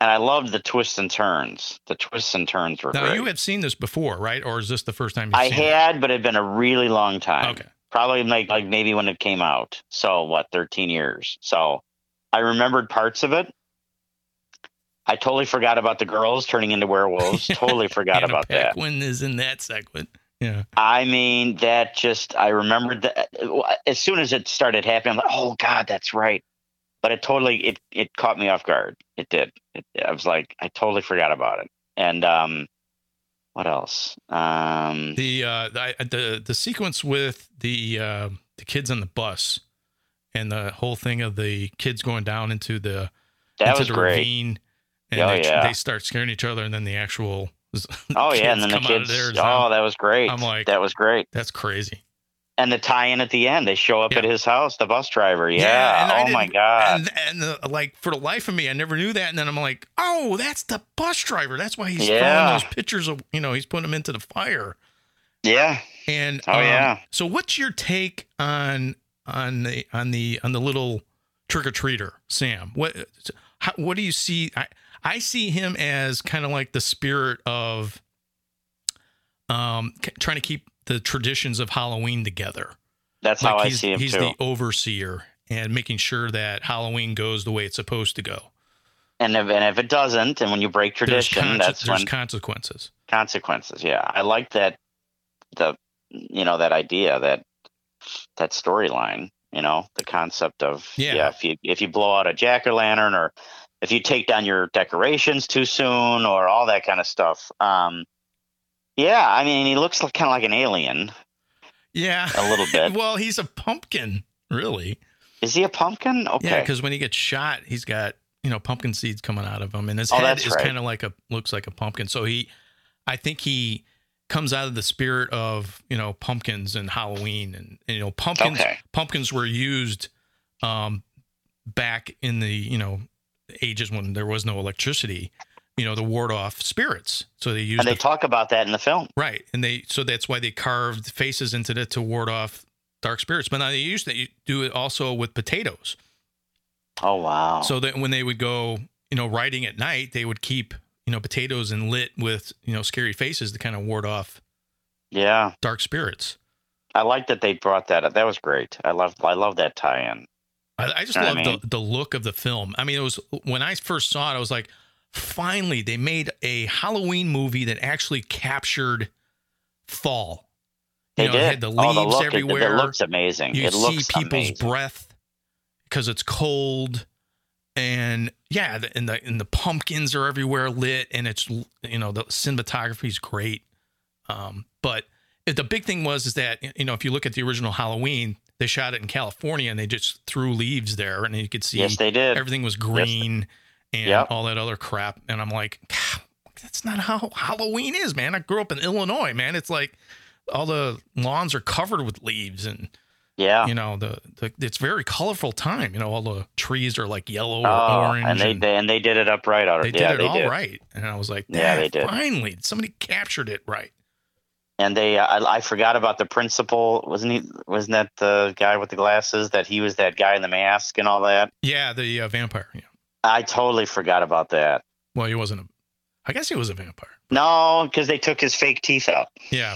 C: and I loved the twists and turns. The twists and turns were
D: now
C: great.
D: you have seen this before right or is this the first time you've
C: I
D: seen
C: had, but it had been a really long
D: it?
C: time.
D: okay
C: Probably like like maybe when it came out. So what, thirteen years. So I remembered parts of it. I totally forgot about the girls turning
D: [LAUGHS]
C: into werewolves. totally forgot
D: Anna
C: about that.
D: Paquin is in that segment yeah
C: I mean, that just I remembered that as soon as it started happening, I'm like, oh God, that's right. But it totally it it caught me off guard. It did. It, I was like, I totally forgot about it. And um, what else? Um,
D: the uh the the, the sequence with the uh, the kids on the bus and the whole thing of the kids going down into the
C: that
D: into
C: was
D: the
C: great.
D: ravine, and
C: Oh,
D: they,
C: yeah.
D: they start scaring each other, and then the actual [LAUGHS]
C: Oh yeah,
D: kids
C: and then the
D: come out of
C: kids.
D: there as well.
C: Oh, that was great.
D: I'm like-
C: that was great.
D: that's crazy.
C: And the tie-in at the end, they show up
D: Yeah.
C: at his house, the bus driver. Yeah.
D: and I
C: oh my
D: didn't-
C: God.
D: And and the, like for the life of me, I never knew that. And then I'm like, oh, that's the bus driver. That's why he's
C: Yeah.
D: throwing those pictures of you know he's putting them into the fire.
C: yeah.
D: And um,
C: Oh, yeah.
D: So what's your take on on the on the on the little trick or treater, Sam? What how, what do you see? I I see him as kind of like the spirit of um k- trying to keep the traditions of Halloween together.
C: That's
D: Like
C: how I
D: he's,
C: see him
D: he's
C: too.
D: the overseer and making sure that Halloween goes the way it's supposed to go.
C: and if and if it doesn't, and when you break
D: There's
C: tradition,
D: conse-
C: that's
D: there's
C: when
D: consequences.
C: consequences. Yeah, I like that. The you know that idea that that storyline. You know the concept of
D: Yeah.
C: if you if you blow out a jack o' lantern or if you take down your decorations too soon or all that kind of stuff. Um, yeah, I mean he looks kind of like an alien
D: Yeah.
C: a
D: [LAUGHS]
C: little bit.
D: well, he's a pumpkin, really.
C: Is he a pumpkin? Okay.
D: Yeah, because when he gets shot, he's got you know pumpkin seeds coming out of him, and his
C: Oh,
D: head
C: that's
D: is
C: right.
D: kind of like a looks like a pumpkin. So he, I think he comes out of the spirit of you know pumpkins and Halloween, and, and, you know pumpkins
C: Okay.
D: pumpkins were used um back in the you know ages when there was no electricity, you know to ward off spirits. So they used
C: and they
D: the-
C: talk about that in the film.
D: Right, and they so that's why they carved faces into it to ward off dark spirits. But now they used to do it also with potatoes.
C: Oh wow.
D: So that when they would go, you know, riding at night, they would keep you know potatoes and lit with you know scary faces to kind of ward off
C: yeah.
D: dark spirits.
C: I like that they brought that up. That was great. I love I love that tie-in.
D: I, I just
C: Know what I
D: love
C: mean?
D: the, the look of the film. I mean, it was when I first saw it, I was like, finally, they made a Halloween movie that actually captured fall.
C: They
D: you know,
C: did.
D: It had the leaves
C: oh, the look, it-
D: everywhere.
C: It, looks amazing.
D: you
C: it
D: see
C: looks
D: people's
C: amazing.
D: breath because it's cold and yeah the, and the and the pumpkins are everywhere lit and it's you know the cinematography is great um but it- the big thing was is that you know if you look at the original halloween they shot it in california and they just threw leaves there and you could see
C: yes, they did.
D: everything was green and
C: Yep.
D: all that other crap and i'm like "God, that's not how halloween is man i grew up in illinois man it's like all the lawns are covered with leaves and
C: yeah.
D: you know the, the it's very colorful time you know all the trees are like yellow or
C: oh,
D: orange
C: and they,
D: and
C: they and they did it up right out
D: they did
C: yeah,
D: it
C: they
D: all right.
C: did.
D: and i was like
C: Yeah,
D: "Ah,
C: they did.
D: finally somebody captured it right
C: And they uh, I, I forgot about the principal. Wasn't he wasn't that the guy with the glasses that he was that guy in the mask and all that?
D: yeah the uh, vampire yeah
C: I totally forgot about that.
D: well he wasn't a i guess he was a vampire
C: No, cuz they took his fake teeth out.
D: yeah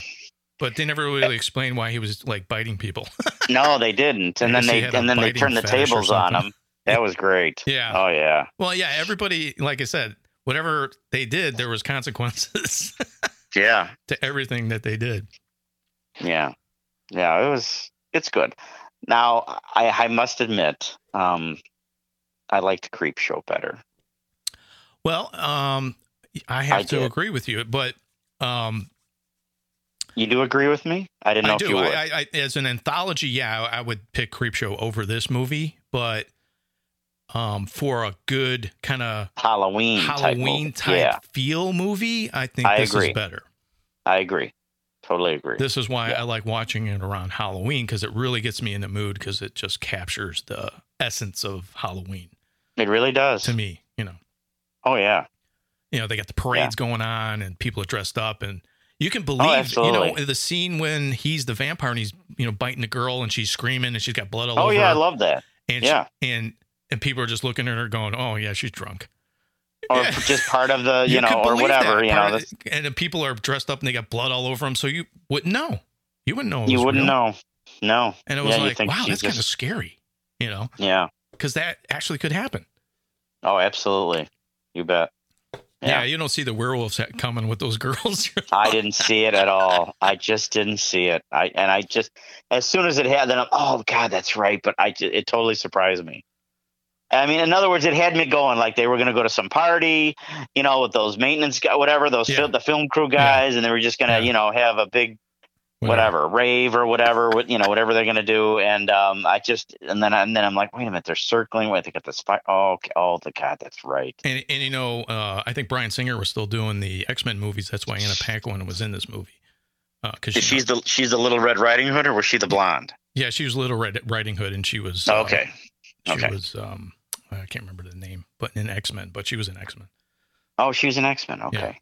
D: but they never really explained why he was like biting people [LAUGHS]
C: No, they didn't. And
D: I
C: then
D: guess he
C: they
D: had a
C: and then they
D: biting
C: turned the
D: fetish or
C: tables on
D: something.
C: him. That was great.
D: yeah
C: Oh yeah.
D: well yeah everybody like i said whatever they did there was consequences [LAUGHS]
C: Yeah.
D: to everything that they did
C: Yeah. Yeah, it was it's good. Now I I must admit, um I liked Creep Show better.
D: well um i have
C: I
D: to
C: did.
D: agree with you but um
C: You do agree with me? I didn't know
D: I
C: if
D: do.
C: you would.
D: I, I, I, as an anthology, yeah, I, I would pick Creepshow over this movie, but um, for a good kind of
C: Halloween type
D: Halloween
C: movie.
D: type
C: Yeah,
D: feel movie, I think
C: I
D: this
C: agree.
D: is better.
C: I agree. Totally agree.
D: This is why I like watching it around Halloween because it really gets me in the mood because it just captures the essence of Halloween
C: it really does.
D: to me. You know,
C: Oh yeah.
D: you know they got the parades going on and people are dressed up and you can believe you know
C: Oh, absolutely.
D: the scene when he's the vampire and he's you know biting the girl and she's screaming and she's got blood all
C: Oh
D: over.
C: yeah, I
D: her,
C: love that.
D: and
C: yeah.
D: she, and and people are just looking at her going, oh yeah, she's drunk.
C: Or
D: Yeah.
C: just part of
D: [LAUGHS]
C: the you,
D: could
C: know or
D: believe
C: whatever
D: that
C: you
D: part
C: know.
D: of
C: this-
D: it. and the people are dressed up and they got blood all over them, so you wouldn't know. You wouldn't know. Oh, it
C: You
D: was
C: wouldn't
D: real.
C: know. No.
D: And it
C: Yeah,
D: was
C: you
D: like,
C: think
D: wow,
C: she's
D: that's kind of
C: just-
D: scary, you know,
C: Yeah.
D: because that actually could happen.
C: Oh, absolutely. You bet.
D: Yeah.
C: Yeah.
D: you don't see the werewolves ha- coming with those [LAUGHS] girls.
C: I didn't see it at all. I just didn't see it. I and I just as soon as it happened, then I'm, oh god, that's right. But I ju- it totally surprised me. I mean, in other words, it had me going like they were going to go to some party, you know, with those maintenance guy, whatever those
D: Yeah.
C: fil- the film crew guys, and they were just going to
D: Yeah.
C: you know have a big whatever rave or whatever what you know whatever they're going to do. And um, I just and then I, and then I'm like, wait a minute, they're circling. Wait, they got the spy. Oh, okay. oh, the god, that's right.
D: And, and you know, uh, I think Brian Singer was still doing the X Men movies. That's why Anna Paquin was in this movie. Because she,
C: She's the she's the little Red Riding Hood, or was she the blonde?
D: yeah, she was Little Red Riding Hood, and she was uh,
C: Okay.
D: She
C: Okay.
D: was um, I can't remember the name, but in X Men, but she was in X Men.
C: Oh, she was an X Men. Okay.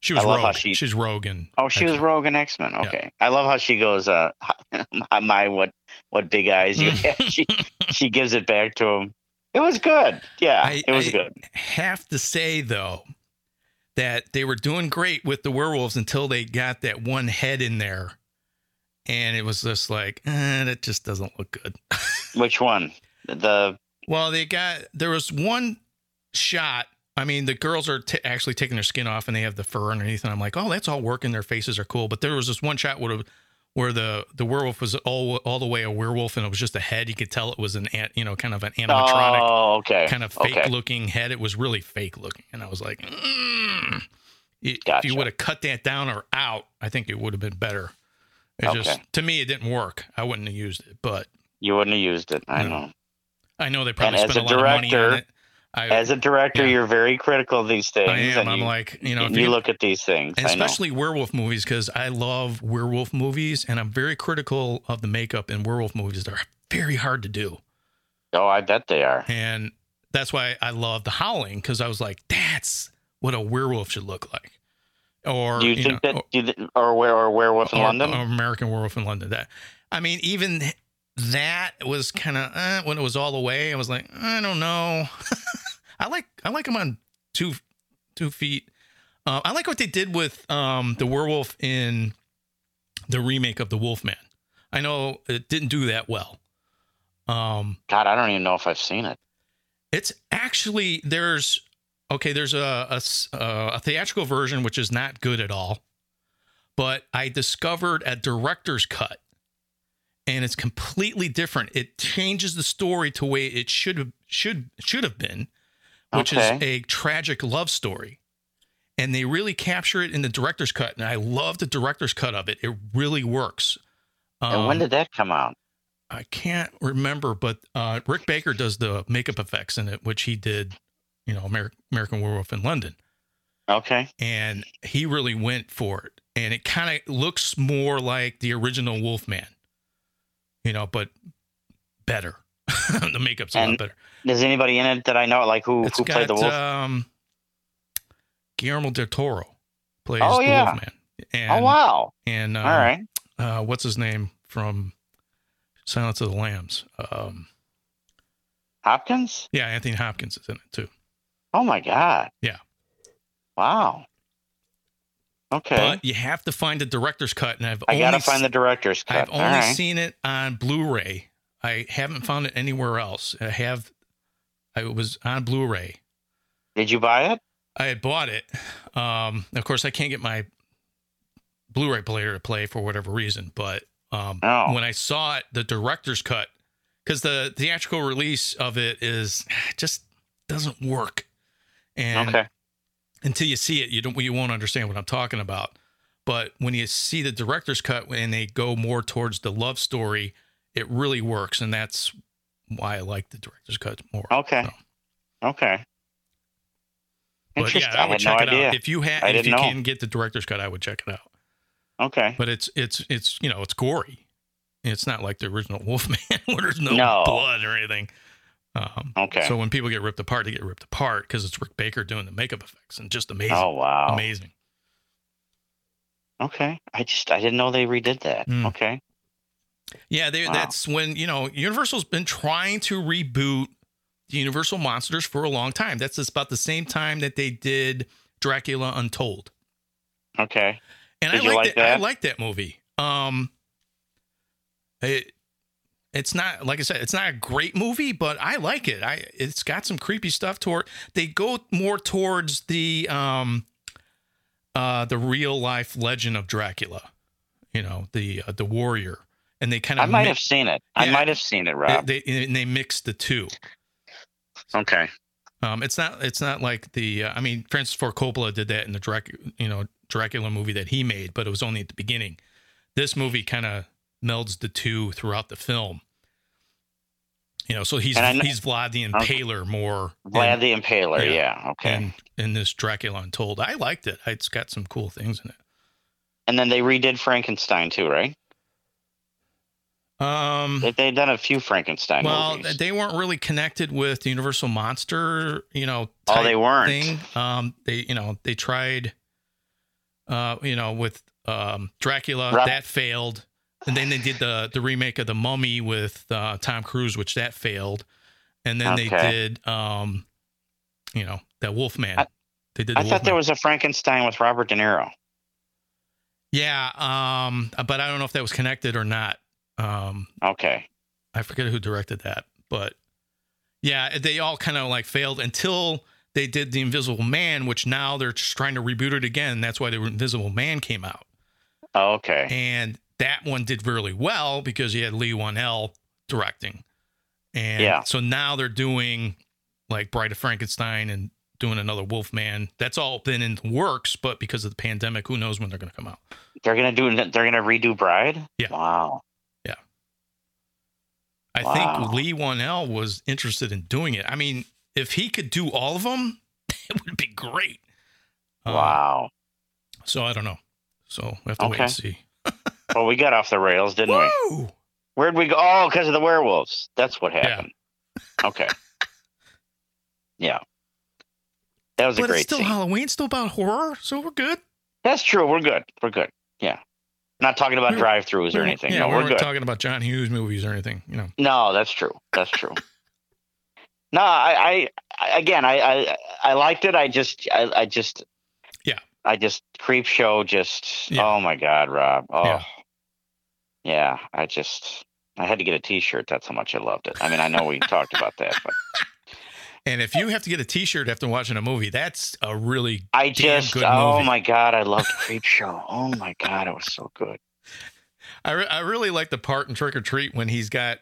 D: She was
C: I love how
D: Rogue.
C: she-
D: She's Rogue, and
C: Oh, she was Rogue in X Men. Okay. I love how she goes. Uh, [LAUGHS] my what what big
D: [LAUGHS]
C: eyes you have. she she gives it back to him. It was good. Yeah,
D: I-
C: it was
D: I-
C: good.
D: have to say though that they were doing great with the werewolves until they got that one head in there, and it was just like eh, that just doesn't look good.
C: Which one? The
D: Well, they got there was one shot. I mean, the girls are t- actually taking their skin off and they have the fur underneath, and I'm like, oh, that's all working. Their faces are cool. But there was this one shot where where the the werewolf was all all the way a werewolf, and it was just a head. You could tell it was an an- you know kind of an animatronic
C: oh, okay,
D: kind of fake
C: okay.
D: looking head. It was really fake looking, and I was like, mm. I- if
C: Gotcha.
D: you would have cut that down or out, I think it would have been better. It just
C: Okay.
D: to me, it didn't work. I wouldn't have used it, but
C: You wouldn't have used it. I
D: No.
C: know.
D: I know they probably
C: as
D: spent a,
C: a
D: lot of money on
C: director-
D: it. I,
C: As a director,
D: Yeah.
C: you're very critical of these things.
D: I am.
C: and
D: I'm
C: you,
D: like, you know, if
C: you, look at these things.
D: and
C: I know.
D: especially werewolf movies because I love werewolf movies, and I'm very critical of the makeup in werewolf movies. They're very hard to do,
C: Oh, I bet they are.
D: and that's why I love The Howling because I was like, that's what a werewolf should look like, or
C: do you,
D: you
C: think
D: know,
C: that? Do you, th- or where? Or werewolf in
D: or-
C: London?
D: or American Werewolf in London. That I mean, even that was kind of uh, when it was all the way. I was like, I don't know. [LAUGHS] I like I like him on two two feet. Uh, I like what they did with um, the werewolf in the remake of the Wolfman. I know it didn't do that well. Um,
C: God, I don't even know if I've seen it.
D: it's actually there's okay. There's a a s- uh, a theatrical version which is not good at all, but I discovered a director's cut, and it's completely different. It changes the story to way it should have should should have been, which is
C: Okay.
D: a tragic love story, and they really capture it in the director's cut. And I love the director's cut of it. It really works. Um,
C: and when did that come out?
D: I can't remember, but uh, Rick Baker does the makeup effects in it, which he did, you know, Amer- American Werewolf in London,
C: Okay.
D: and he really went for it, and it kind of looks more like the original Wolfman, you know, but better. [LAUGHS] the makeup's a lot
C: And
D: better.
C: Is anybody in it that I know? Like who
D: It's
C: who
D: got
C: played the wolf?
D: um, Guillermo del Toro plays
C: Oh,
D: the
C: yeah.
D: Wolfman, and
C: oh wow!
D: and um,
C: All right.
D: uh, what's his name from Silence of the Lambs? Um,
C: Hopkins.
D: yeah, Anthony Hopkins is in it too.
C: Oh my god.
D: Yeah.
C: Wow. Okay.
D: But you have to find the director's cut, and I've
C: I
D: only
C: gotta
D: s-
C: find the director's cut.
D: I've
C: All
D: only
C: right.
D: seen it on Blu-ray. I haven't found it anywhere else. I have. I was on Blu-ray.
C: Did you buy it?
D: I had bought it. Um, of course, I can't get my Blu-ray player to play for whatever reason. But um,
C: Oh.
D: when I saw it, the director's cut, because the theatrical release of it is just doesn't work. And
C: okay.
D: until you see it, you don't you won't understand what I'm talking about. But when you see the director's cut and they go more towards the love story, it really works, and that's why I like the director's cut more.
C: Okay.
D: So,
C: Okay.
D: but
C: Interesting.
D: yeah, I
C: I
D: would
C: had
D: check
C: no
D: it
C: idea.
D: out if you had
C: I
D: if
C: didn't
D: you
C: know.
D: can get the director's cut. I would check it out.
C: Okay.
D: but it's it's it's you know it's gory. It's not like the original [LAUGHS] Wolfman where there's no,
C: No.
D: blood or anything. Um,
C: Okay.
D: So when people get ripped apart, they get ripped apart because it's Rick Baker doing the makeup effects and just amazing,
C: oh wow.
D: amazing.
C: Okay. I just I didn't know they redid that.
D: Mm.
C: Okay.
D: Yeah, they,
C: Wow.
D: that's when you know Universal's been trying to reboot the Universal monsters for a long time. That's just about the same time that they did Dracula Untold,
C: Okay.
D: and
C: Did
D: I
C: you
D: like
C: like
D: that. I
C: that?
D: like that movie. Um, it it's not like I said, it's not a great movie, but I like it. I it's got some creepy stuff toward. They go more towards the um uh the real life legend of Dracula, you know the uh, the warrior, and they kind
C: I
D: of
C: might have seen it. I
D: Yeah.
C: might have seen it, Rob.
D: they, they and they mix the two.
C: okay.
D: Um, it's not it's not like the uh, I mean Francis Ford Coppola did that in the Drac- you know Dracula movie that he made, but it was only at the beginning. This movie kind of melds the two throughout the film. You know, so he's
C: And I kn-
D: he's Vlad the
C: Okay.
D: Impaler more
C: Vlad
D: in,
C: the Impaler.
D: yeah.
C: Yeah. Okay. And,
D: in, in this Dracula Untold. I liked it. It's got some cool things in it.
C: then they redid Frankenstein too, right?
D: Um,
C: They they've done a few Frankenstein
D: well,
C: movies.
D: they weren't really connected with the Universal monster, you know.
C: oh,
D: type
C: they weren't.
D: thing. Um, they you know they tried, uh, you know with um Dracula
C: Rob-
D: that failed, and then they did the the remake of the Mummy with uh, Tom Cruise, which that failed, and then they
C: Okay.
D: did um, you know that Wolfman.
C: I-
D: they did. The
C: I thought there
D: Wolfman.
C: was a Frankenstein with Robert De Niro.
D: Yeah, um, but I don't know if that was connected or not. Um,
C: Okay.
D: I forget who directed that, but yeah, they all kind of like failed until they did the Invisible Man, which now they're just trying to reboot it again. That's why the Invisible Man came out,
C: Oh, okay.
D: and that one did really well because you had Lee Wan L directing, and
C: Yeah.
D: so now they're doing like Bride of Frankenstein and doing another Wolfman. That's all been in the works, but because of the pandemic, who knows when they're going to come out?
C: They're gonna do. They're gonna redo Bride.
D: Yeah.
C: Wow.
D: I
C: Wow.
D: think Lee One L was interested in doing it. I mean, if he could do all of them, [LAUGHS] it would be great. Uh,
C: wow.
D: So I don't know. So we have to wait
C: Okay.
D: and see.
C: Well, we got off the rails, didn't we?
D: Woo!
C: Where'd we go? Oh, because of the werewolves. That's what
D: Yeah.
C: happened.
D: [LAUGHS]
C: Okay. yeah. That was
D: But
C: a
D: it's
C: great
D: still
C: scene.
D: Halloween, still about horror, so we're good.
C: That's true. We're good. We're good. Yeah. Not talking about
D: We-
C: drive-throughs or
D: We-
C: anything.
D: Yeah,
C: no,
D: we
C: we're
D: weren't
C: good.
D: talking about John Hughes movies or anything. You know.
C: no, that's true. That's true. no, I, I, I again, I, I, I liked it. I just, I, I just,
D: Yeah.
C: I just creep show. Just,
D: Yeah.
C: oh my God, Rob. Oh,
D: Yeah.
C: yeah. I just, I had to get a T-shirt. That's how much I loved it. I mean, I know we talked about that, but.
D: And if you have to get a T-shirt after watching a movie, that's a really [LAUGHS]
C: I
D: damn
C: just
D: good
C: oh
D: movie.
C: my god, I loved Creep Show. Oh my god, it was so good.
D: I, re- I really like the part in Trick or Treat when he's got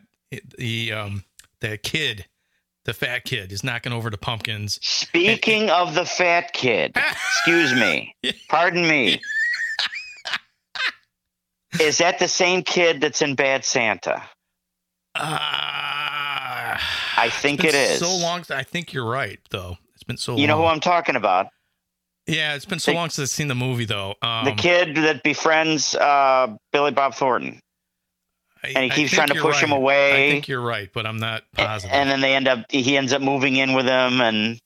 D: the um the kid, the fat kid, is knocking over the pumpkins. [LAUGHS]
C: Speaking of the fat kid, excuse me. Pardon me. Is that the same kid that's in Bad Santa?
D: Ah,
C: I think
D: it's
C: it
D: been
C: is.
D: So long. I think you're right, though. It's been so.
C: You know who
D: long.
C: I'm talking about?
D: Yeah, it's been so
C: The-
D: long since I've seen the movie, though. Um,
C: the kid that befriends uh, Billy Bob Thornton, and he keeps trying to push him
D: I
C: away.
D: think you're right, but I'm not
C: a-
D: positive.
C: And then they end up. He ends up moving in with him, and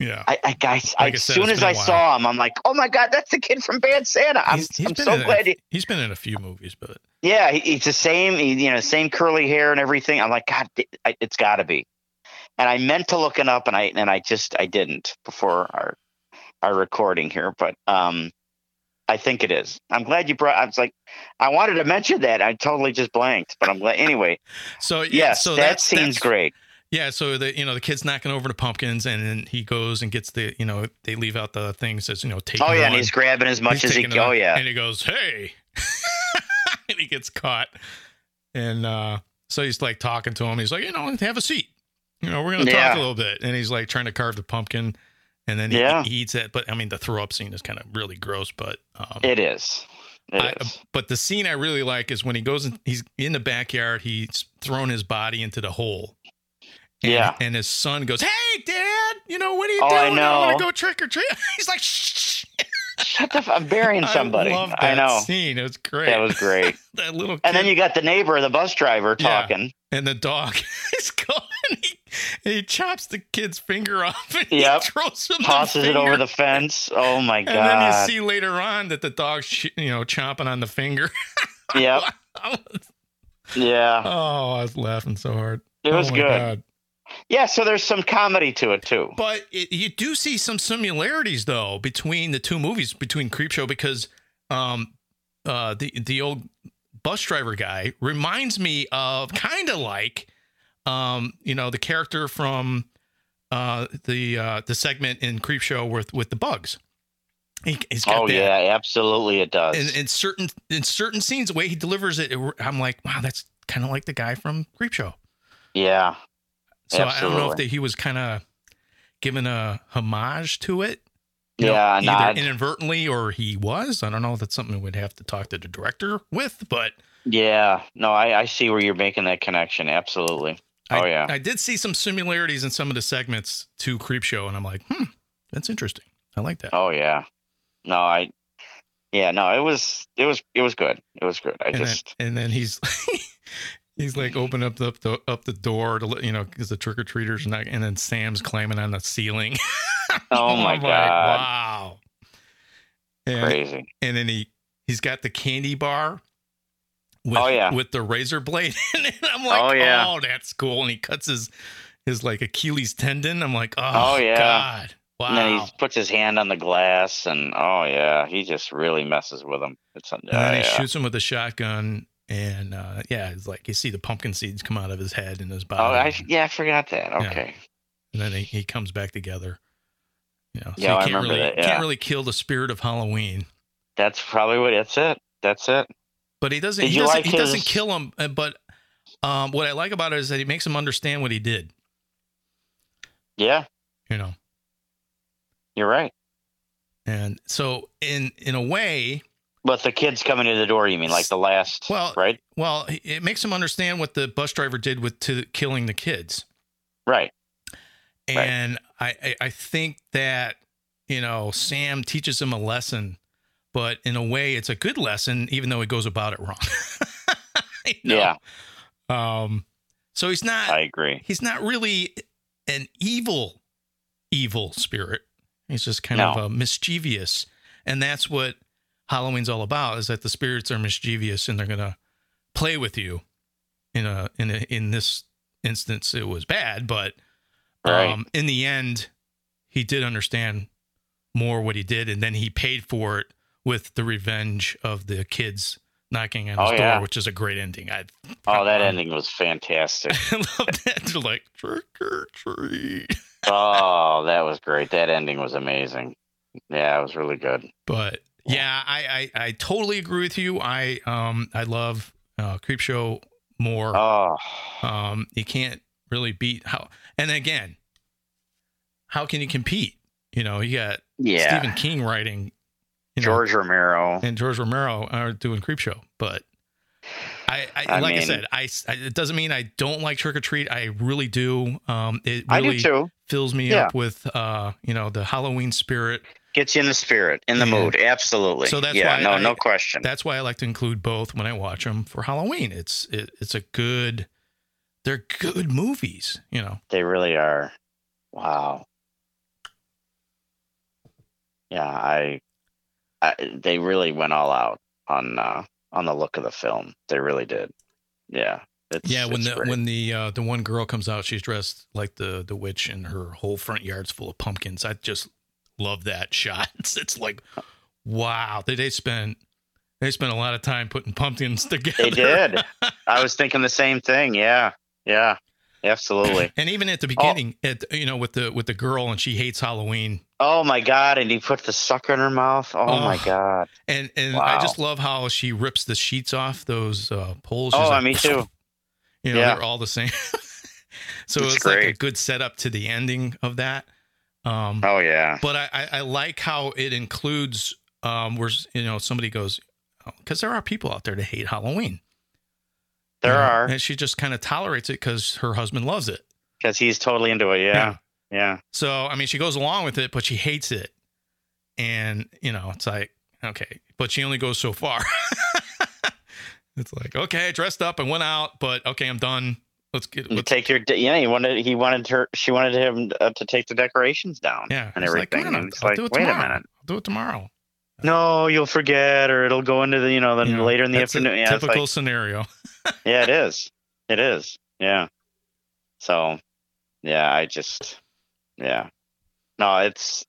D: yeah,
C: I, I guys,
D: Like I
C: as
D: said,
C: soon
D: it's
C: as
D: been a
C: I
D: while.
C: saw him, I'm like, oh my god, that's the kid from Bad Santa. I'm,
D: He's- he's
C: I'm
D: been
C: so
D: in a-
C: glad. he-
D: he's been in a few movies, but
C: Yeah, he, he's the same. He, you know, same curly hair and everything. I'm like, God, it- I- it's got to be. And I meant to look it up, and I and I just I didn't before our our recording here, but um, I think it is. I'm glad you brought. I was like, I wanted to mention that. I totally just blanked, but I'm glad anyway.
D: so yeah,
C: Yes,
D: so
C: that
D: that's,
C: seems
D: that's-
C: great.
D: Yeah, so the you know the kid's knocking over the pumpkins, and then he goes and gets the you know they leave out the thing says you know take.
C: Oh yeah,
D: one.
C: and he's grabbing as much
D: He's
C: as he.
D: taking
C: can.
D: it
C: Oh
D: out,
C: yeah,
D: And he goes, "Hey," [LAUGHS] and he gets caught, and uh, so he's like talking to him. He's like, "You know, have a seat. You know, we're gonna
C: Yeah.
D: talk a little bit." And he's like trying to carve the pumpkin, and then he,
C: Yeah.
D: he eats it. But I mean, the throw up scene is kind of really gross. But um,
C: it is. It
D: I-
C: is.
D: but the scene I really like is when he goes and he's in the backyard. He's thrown his body into the hole. And,
C: Yeah.
D: And his son goes, "Hey, Dad, you know what are you
C: Oh, I
D: doing? I want
C: know.
D: [LAUGHS] to go trick or treat." He's like, "Shh."
C: [LAUGHS] Shut the. F- I'm burying
D: [LAUGHS]
C: somebody.
D: I
C: I,
D: love that
C: know
D: scene. It was great.
C: that was great.
D: that little kid
C: And then you got the neighbor, the bus driver,
D: Yeah.
C: talking.
D: and the dog [LAUGHS] is going. He, he chops the kid's finger off and he
C: Yep.
D: throws him the
C: Tosses it over
D: finger.
C: the fence. Oh
D: [LAUGHS]
C: my
D: And then you
C: god!
D: see later on that the dog's sh- you know chomping on the finger. [LAUGHS]
C: yep,
D: oh,
C: yeah,
D: I was laughing so hard.
C: it was
D: Oh my
C: good.
D: God.
C: Yeah, so there's some comedy to it too.
D: But it, you do see some similarities though between the two movies, between Creepshow because um uh the the old bus driver guy reminds me of kind of like um you know the character from uh the uh the segment in Creepshow with with the bugs. He, he's got
C: Oh
D: that
C: yeah, absolutely, it does.
D: in, in certain in certain scenes, the way he delivers it, it- I'm like, wow, that's kind of like the guy from Creepshow.
C: yeah,
D: So I don't know if
C: Absolutely.
D: they, he was kind of giving a homage to it. you know,
C: yeah,
D: either
C: nod.
D: inadvertently or he was. I don't know. That's something we'd have to talk to the director with, but
C: yeah. No, I, I see where you're making that connection. Absolutely.
D: I,
C: oh yeah,
D: I did see some similarities in some of the segments to Creepshow, and I'm like, hmm, that's interesting. I like that.
C: oh yeah. No, I. Yeah, no, it was it was it was good. It was good. I
D: and
C: just
D: then, and then he's [LAUGHS] he's like open up the, the up the door to let- you know because the trick or treaters not and then Sam's climbing on the ceiling. [LAUGHS]
C: Oh my
D: I'm like,
C: god.
D: wow. And,
C: Crazy.
D: and then he he's got the candy bar. With,
C: Oh, yeah.
D: with the razor blade [LAUGHS] in it. I'm like, oh,
C: Oh, yeah.
D: that's cool. And he cuts his his like Achilles tendon. I'm like, oh,
C: Oh, yeah.
D: god, wow.
C: And then he puts his hand on the glass and oh yeah, he just really messes with him. It's uh,
D: And then he
C: yeah.
D: shoots him with a shotgun. And uh, yeah, it's like you see the pumpkin seeds come out of his head and his body.
C: Oh, I, yeah, I forgot that. Okay.
D: and then he, he comes back together. You know, so
C: Yeah, I
D: you can't
C: remember
D: really
C: that, yeah.
D: can't really kill the spirit of Halloween.
C: That's probably what that's it. That's it.
D: But he doesn't.
C: Did
D: He
C: you
D: doesn't,
C: like
D: he
C: his-
D: doesn't kill him. uh, But um, what I like about it is that he makes him understand what he did.
C: Yeah,
D: You know,
C: you're right.
D: and so in in a way,
C: But the kids coming to the door, you mean like the last
D: Well-
C: right?
D: well, it- it makes him understand what the bus driver did with to killing the kids.
C: Right. Right.
D: And I, I I think that you know Sam teaches him a lesson, but in a way, it's a good lesson, even though he goes about it wrong. [LAUGHS] You know?
C: Yeah,
D: Um, so he's not
C: I agree.
D: he's not really an evil evil spirit. He's just kind
C: No.
D: of uh, mischievous, and that's what Halloween's all about: is that the spirits are mischievous and they're gonna play with you. In a in a, in this instance, it was bad, but
C: Right.
D: um, in the end, he did understand more what he did, and then he paid for it with the revenge of the kids knocking on his
C: Oh, yeah.
D: door, which is a great ending. I
C: Oh, that
D: um,
C: ending was fantastic.
D: [LAUGHS] I love that. They're like trick or treat.
C: oh, that was great. That ending was amazing. Yeah, it was really good.
D: But yeah, I, I I totally agree with you. I um I love uh, Creepshow more.
C: Oh,
D: Um, you can't really beat how. And again, how can you compete? You know, you got
C: yeah.
D: Stephen King writing, you know,
C: George Romero.
D: and George Romero are doing Creepshow, but. I, I,
C: I
D: like I
C: mean-
D: said, I, I- it doesn't mean I don't like Trick or Treat. I really do. Um, it really
C: I do too.
D: fills me
C: Yeah.
D: up with uh you know the halloween spirit
C: Gets you in the spirit, in the
D: Yeah.
C: mood. Absolutely.
D: So that's
C: yeah,
D: why
C: no,
D: I-
C: no question.
D: that's why i like to include both when i watch them for halloween it's it, it's a good they're good movies you know
C: They really are. Wow. Yeah, I, I they really went all out on uh on the look of the film. They really did. Yeah. It's,
D: yeah when
C: it's
D: the
C: great.
D: when the uh the one girl comes out she's dressed like the the witch and her whole front yard's full of pumpkins i just love that [LAUGHS] shot it's, it's like wow they, they spent they spent a lot of time putting pumpkins [LAUGHS] together
C: they did. I was thinking the same thing. Yeah. Yeah.
D: [CLEARS THROAT]
C: Absolutely.
D: and even
C: Oh.
D: at the beginning at you know with the with the girl and she hates halloween
C: Oh my god, and he put the sucker in her mouth. Oh, my
D: Oh.
C: god.
D: And and I
C: Wow.
D: just love how she rips the sheets off those uh, poles.
C: Oh,
D: She's [SNIFFS]
C: me too.
D: You know,
C: Yeah.
D: they're all the same. [LAUGHS] so
C: It's
D: it's, like a
C: great.
D: good setup to the ending of that. Um,
C: Oh yeah.
D: But I, I, I like how it includes um, where you know somebody goes because there are people out there that hate Halloween.
C: There
D: you know,
C: are
D: and she just kind of tolerates it because her husband loves it.
C: cuz he's totally into it. Yeah. Yeah.
D: So I mean, she goes along with it, but she hates it. and you know it's like okay, but she only goes so far. [LAUGHS] it's like okay, I dressed up and went out, but okay, I'm done. Let's get
C: You
D: let's
C: take your, de- yeah. He wanted, he wanted her, she wanted him uh, to take the decorations down,
D: yeah,
C: and
D: it's like,
C: everything.
D: "No, no,
C: and
D: no,
C: it's
D: I'll
C: like,
D: do it
C: wait a
D: tomorrow.
C: minute,
D: I'll do it tomorrow.
C: no, you'll forget, or it'll go into the, you know, then
D: You know,
C: later in the
D: that's a
C: afternoon. Yeah, it's
D: typical
C: like,
D: scenario.
C: yeah, it is, it is, yeah. So, yeah, I just, yeah, no, it's,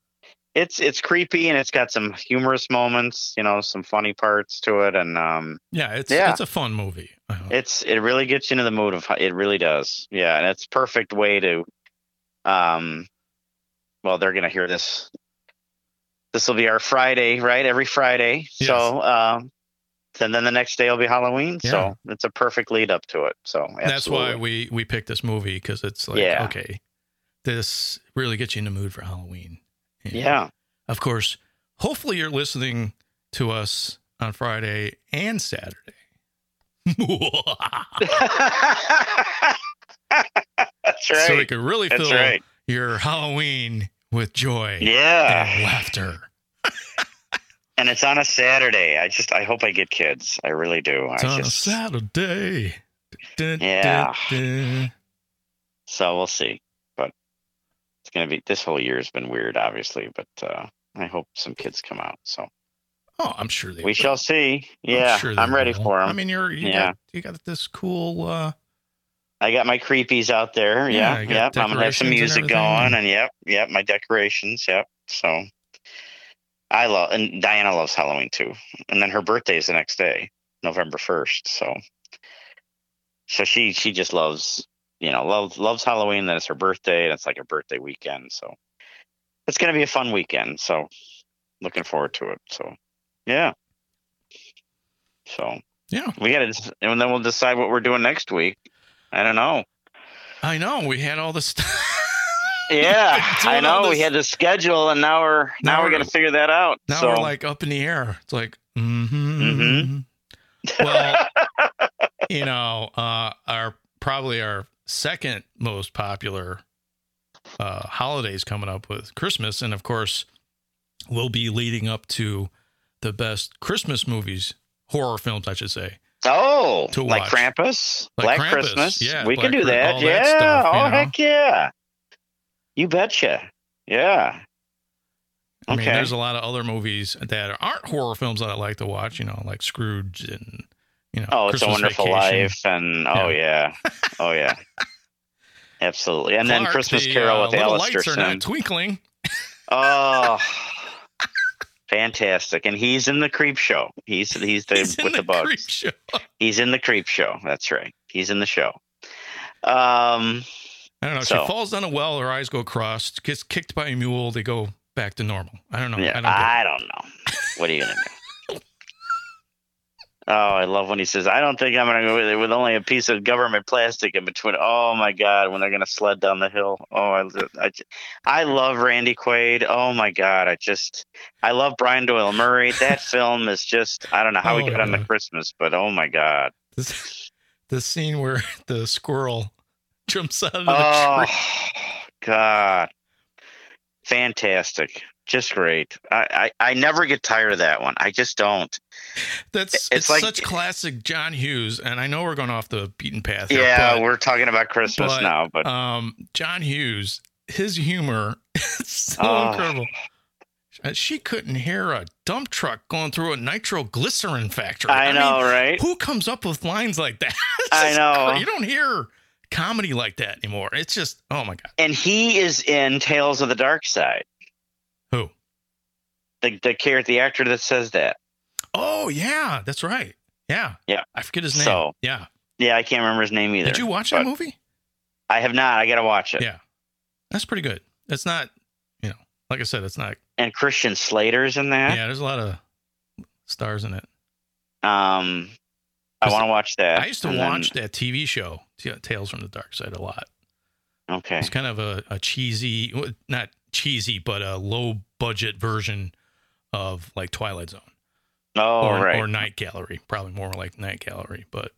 C: it's, it's creepy, and it's got some humorous moments, you know, some funny parts to it, and um,
D: Yeah, it's
C: Yeah.
D: it's a fun movie. Uh,
C: It's it really gets you into the mood of it really does. Yeah, and it's perfect way to um well, they're going to hear this. This will be our Friday, right? Every Friday.
D: Yes.
C: So, um and then the next day will be Halloween.
D: Yeah.
C: So, it's a perfect lead up to it. So,
D: that's why we
C: absolutely.
D: we picked this movie because it's like
C: Yeah.
D: okay, this really gets you in the mood for Halloween. And
C: Yeah. [LAUGHS]
D: Of course, hopefully you're listening to us on Friday and Saturday. [LAUGHS]
C: that's right.
D: So we could really
C: that's
D: fill
C: right.
D: your Halloween with joy
C: Yeah.
D: and laughter.
C: And it's on a Saturday. I just I hope I get kids. I really do.
D: It's
C: I
D: on a
C: just
D: Saturday. Dun, dun,
C: Yeah.
D: dun.
C: So we'll see. But it's gonna be this whole year has been weird, obviously. But uh, I hope some kids come out. So
D: Oh, I'm sure they
C: we
D: will.
C: shall see.
D: I'm
C: Yeah, I'm,
D: sure they
C: ready
D: will.
C: for them. I,
D: I mean, you're you
C: Yeah.
D: got you got this cool uh
C: got my creepies out there.
D: Yeah,
C: Yeah,
D: you got
C: yep. I'm gonna have
D: decorations
C: some
D: and
C: music
D: everything.
C: going, and yep, yep, my decorations. Yep. So I love, and Diana loves Halloween too. And then her birthday is the next day, November first. So so she she just loves you know loves loves Halloween. Then it's her birthday, and it's like a birthday weekend. So it's gonna be a fun weekend. So looking forward to it. So yeah. So
D: yeah.
C: we gotta and then we'll decide what we're doing next week. I don't know.
D: [LAUGHS] I know we had all this stuff.
C: Yeah,
D: Doing
C: I
D: all
C: know we
D: this-
C: had the schedule, and now we're now,
D: Now
C: we're
D: we're-
C: gonna figure that out.
D: [LAUGHS] Now
C: so
D: we're like up in the air. It's like, mm-hmm,
C: Mhm.
D: Well, you know, uh, our probably our second most popular uh, holidays coming up with Christmas, and of course, we'll be leading up to the best Christmas movies, horror films, I should say.
C: [LAUGHS] oh,
D: to
C: like
D: watch.
C: Krampus,
D: Like
C: Black
D: Krampus,
C: Christmas.
D: yeah,
C: we
D: Black
C: can do
D: Kra-
C: that.
D: all
C: Yeah.
D: that stuff, you
C: oh
D: know?
C: heck yeah! You betcha. Yeah.
D: I mean,
C: Okay.
D: there's a lot of other movies that aren't horror films that I like to watch. You know, like Scrooge and you know,
C: Oh, it's
D: Christmas
C: a Wonderful
D: Vacation.
C: Life, and oh yeah,
D: [LAUGHS]
C: oh yeah, absolutely. And then
D: Clark,
C: Christmas
D: the,
C: Carol
D: uh,
C: with
D: little
C: Alistair
D: lights are
C: Sim.
D: not twinkling.
C: Oh, [LAUGHS] fantastic! And he's in the creep show. He's he's the
D: He's in
C: with the, bugs.
D: creep show.
C: He's in the creep show. That's right. He's in the show. Um,
D: I don't know.
C: So-
D: She falls down a well, her eyes go crossed, gets kicked by a mule, they go back to normal. I don't know.
C: yeah,
D: I don't
C: I don't, know. What are you gonna do?
D: [LAUGHS]
C: Oh, I love when he says, "I don't think I'm gonna go with it with only a piece of government plastic in between." Oh my God, when they're gonna sled down the hill. Oh, I, I, j- I love Randy Quaid. Oh my God, I just, I love Brian Doyle Murray.
D: [LAUGHS]
C: That film is just, I don't know how we
D: Oh,
C: got on the
D: yeah.
C: Christmas, but oh my God.
D: get this, the scene where [LAUGHS] the squirrel [LAUGHS] jumps out of the
C: Oh
D: tree.
C: God. Fantastic. Just great. I, I, I never get tired of that one. I just don't.
D: That's it's,
C: like-
D: such classic John Hughes, and I know we're going off the beaten path. here,
C: yeah,
D: but,
C: we're talking about Christmas
D: but,
C: now, but
D: um, John Hughes, his humor [LAUGHS] is so
C: Oh.
D: incredible. Uh, She couldn't hear a dump truck going through a nitroglycerin factory.
C: I
D: mean,
C: know, right?
D: Who comes up with lines like that? [LAUGHS] It's
C: I
D: just
C: know.
D: cra- You don't hear comedy like that anymore. It's just, oh my God.
C: And he is in Tales of the Dark Side.
D: Who?
C: The the character the actor that says that.
D: Oh, yeah. That's right. Yeah.
C: Yeah.
D: I forget his name.
C: So,
D: yeah.
C: Yeah, I can't remember his name either.
D: Did you watch
C: but
D: that movie?
C: I have not. I gotta watch it.
D: Yeah. That's pretty good. That's not, you know, like I said, it's not.
C: And Christian Slater's in that.
D: Yeah. There's a lot of stars in it.
C: Um I
D: Just-
C: wanna watch that.
D: I used to
C: and then-
D: watch that TV show, T- Tales from the Dark Side, a lot.
C: Okay.
D: It's kind of a, a cheesy, well, not cheesy, but a low budget version of like Twilight Zone.
C: Oh
D: or,
C: right.
D: or night gallery, probably more like night gallery. But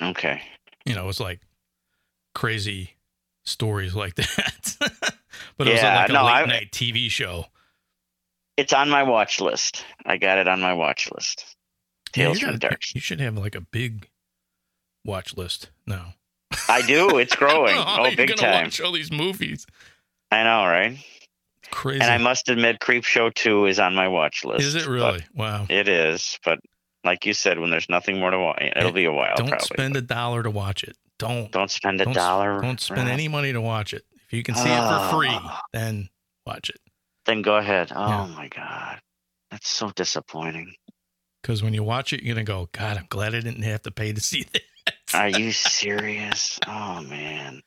C: okay.
D: you know, it's like crazy stories like [LAUGHS] that. but it was
C: Yeah,
D: like a
C: no,
D: late
C: I-
D: night TV show.
C: It's on my watch list. I got it on my watch list.
D: Yeah,
C: Tales
D: you,
C: from the
D: gotta-
C: Dark.
D: you should have like a big watch list now.
C: I
D: [LAUGHS]
C: do. It's growing.
D: How
C: oh,
D: are you
C: big
D: gonna
C: time.
D: Watch all these movies.
C: I know, right?
D: Crazy.
C: and I must admit, Creep Show 2 is on my watch list.
D: Is it
C: but
D: really? Wow.
C: It is. But like you said, when there's nothing more to watch, it'll be a while
D: Don't
C: probably.
D: spend a dollar to watch it. Don't.
C: don't spend a
D: don't s-
C: dollar.
D: Don't spend
C: Uh,
D: any money to watch it. If you can see it for free,
C: Ah.
D: then watch it.
C: Then go ahead. Oh,
D: Yeah.
C: my God. That's so disappointing.
D: Because when you watch it, you're gonna go, God, I'm glad I didn't have to pay to see [LAUGHS] that.
C: Are you serious? Oh, man.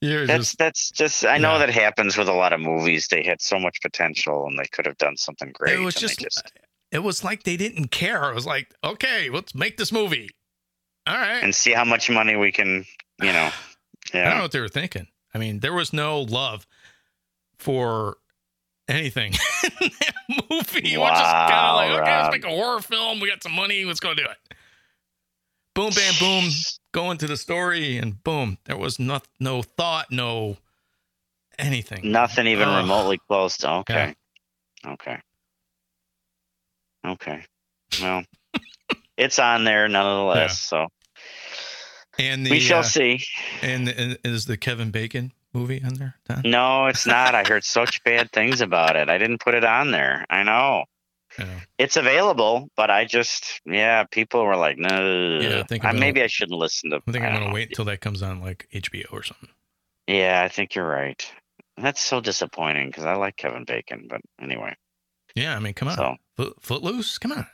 D: You're
C: That's
D: just
C: that's just I know
D: Yeah.
C: that happens with a lot of movies. They had so much potential and they could have done something great.
D: it was
C: and they
D: just, eh, it was like they didn't care. I was like, okay, let's make this movie. All right.
C: and see how much money we can,
D: [SIGHS]
C: you know.
D: I don't know
C: Yeah.
D: what they were thinking. I mean, there was no love for anything [LAUGHS] in that movie. It was just
C: Wow,
D: kind of like, okay,
C: Rob.
D: let's make a horror film. We got some money. Let's go do it. Boom, bam, boom. Go into the story, and boom. There was no, no thought, no anything.
C: Nothing even
D: Ugh.
C: remotely close to okay. Okay. Okay.
D: [LAUGHS]
C: Well, it's on there nonetheless. So
D: And the,
C: we shall
D: uh,
C: see.
D: And, and is the Kevin Bacon movie on there? Don?
C: No, it's not. I heard such bad things about it. I didn't put it on there. I know.
D: Yeah.
C: It's available, but I just yeah, people were like, no.
D: Yeah, I think
C: I-
D: I'm gonna-
C: maybe I shouldn't listen to
D: I think
C: I
D: I'm
C: don't
D: gonna
C: know.
D: wait until that comes on like HBO or something.
C: Yeah, I think you're right. That's so disappointing because I like Kevin Bacon, but anyway,
D: Yeah, I mean, come on,
C: So-
D: Foot, Footloose, come on.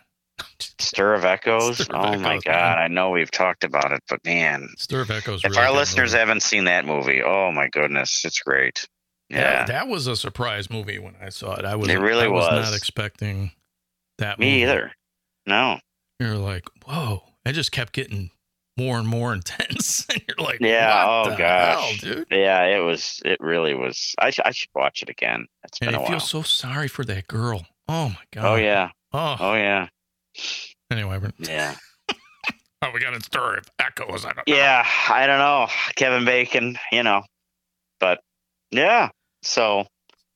C: Stir of Echoes.
D: Stir
C: oh
D: of
C: my
D: Echoes,
C: god,
D: man.
C: I know we've talked about it, but man,
D: Stir of Echoes.
C: if
D: really
C: our
D: good
C: listeners
D: movie.
C: haven't seen that movie, oh my goodness, it's great. Yeah,
D: that, that was a surprise movie when I saw it. I was
C: It really
D: I was,
C: was.
D: not expecting that.
C: me
D: movie.
C: either. No,
D: You're like, whoa! I just kept getting more and more [LAUGHS] intense, and you're like,
C: Yeah,
D: what
C: oh
D: the
C: gosh.
D: hell, dude.
C: yeah, it was. It really was. I, sh- I should watch it again. It's been
D: And
C: a
D: I
C: while.
D: feel so sorry for that girl. Oh my god.
C: oh yeah.
D: Oh.
C: Oh yeah.
D: Anyway, we're,
C: Yeah.
D: oh, we got a stir of echoes. I don't know.
C: Yeah. I don't know, Kevin Bacon. You know, but yeah. So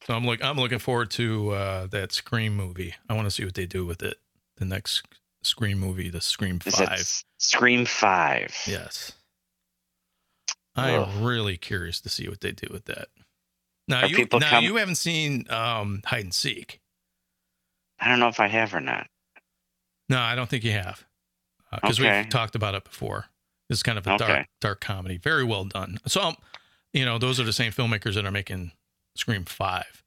D: So I'm look I'm looking forward to uh, that Scream movie. I want to see what they do with it. The next Scream movie, the Scream
C: is
D: Five.
C: it S- Scream Five?
D: Yes. I am
C: Ugh.
D: really curious to see what they do with that. Now
C: Are
D: you
C: people
D: now
C: com-
D: you haven't seen um, Hide and Seek.
C: I don't know if I have or not.
D: No, I don't think you have because
C: Okay.
D: we've talked about it before. It's kind of a dark
C: Okay.
D: dark comedy, very well done. So, um, you know, those are the same filmmakers that are making Scream Five.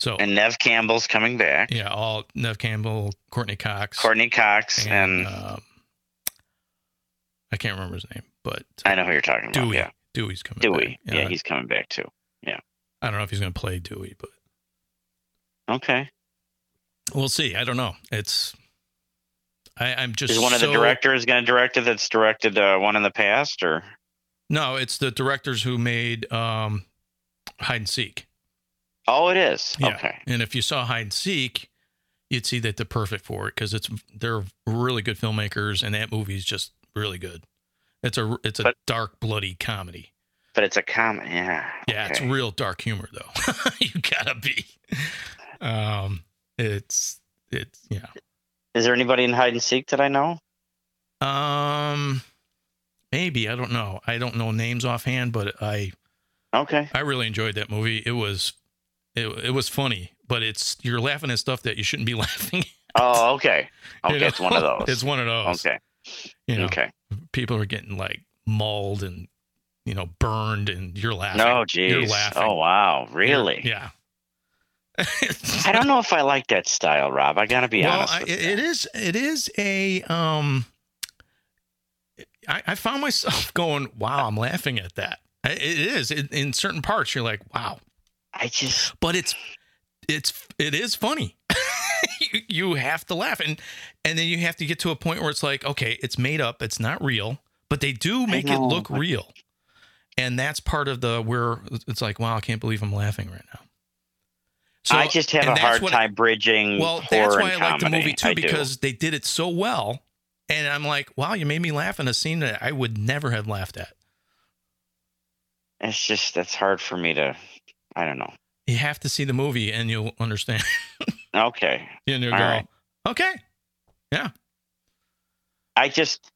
D: So
C: And Nev Campbell's coming back.
D: yeah, all Nev Campbell, Courtney Cox,
C: Courtney Cox and,
D: um, I can't remember his name, but
C: I know who you're talking about.
D: Dewey.
C: Yeah,
D: Dewey's coming.
C: Dewey.
D: back.
C: yeah,
D: I-
C: he's coming back too.
D: I don't know if he's going to play Dewey, but
C: Okay.
D: we'll see. I don't know. It's I, I'm just
C: Is one of the
D: so-
C: directors going to direct it? That's directed uh, one in the past, or
D: No, it's the directors who made um, Hide and Seek.
C: oh, it is.
D: Yeah.
C: Okay.
D: And if you saw Hide and Seek, you'd see that they're perfect for it because it's they're really good filmmakers, and that movie is just really good. It's a it's a
C: But-
D: dark, bloody comedy.
C: But it's a comment. Yeah.
D: Yeah, it's
C: okay.
D: real dark humor though. [LAUGHS] you gotta be. Um, it's it's yeah.
C: Is there anybody in hide and seek that I know?
D: Um, maybe I don't know. I don't know names offhand, but I
C: Okay.
D: I really enjoyed that movie. It was it, it was funny, but it's you're laughing at stuff that you shouldn't be [LAUGHS] laughing. [LAUGHS]
C: Oh, okay.
D: at,
C: Okay,
D: you know?
C: it's one
D: [LAUGHS]
C: of those.
D: It's one of those.
C: okay.
D: You know,
C: Okay.
D: people are getting like mauled and you know burned, and you're laughing.
C: No,
D: You're
C: geez.
D: laughing.
C: Oh, wow. Really?
D: Yeah. [LAUGHS]
C: I don't know if I like that style, Rob. I got to be
D: well,
C: honest.
D: I,
C: with you.
D: it is. It is a. Um, I, I found myself [LAUGHS] going, "Wow, I'm laughing at that." I- It is in in certain parts. You're like, "Wow,"
C: I just
D: but it's it's it is funny. [LAUGHS] you, you have to laugh, and and then you have to get to a point where it's like, okay, it's made up, it's not real, but they do make it
C: know,
D: look real, and that's part of the where it's like, wow, I can't believe I'm laughing right now.
C: I just have
D: and
C: a
D: that's
C: hard
D: what-
C: time bridging.
D: well,
C: Mm, horror
D: that's why I
C: and
D: like the
C: comedy.
D: movie too
C: I do.
D: because they did it so well, and I'm like, wow, you made me laugh in a scene that I would never have laughed at.
C: it's just that's hard for me to. I don't know.
D: You have to see the movie and you'll understand. [LAUGHS]
C: Okay.
D: And they go,
C: All right.
D: okay, yeah.
C: I just,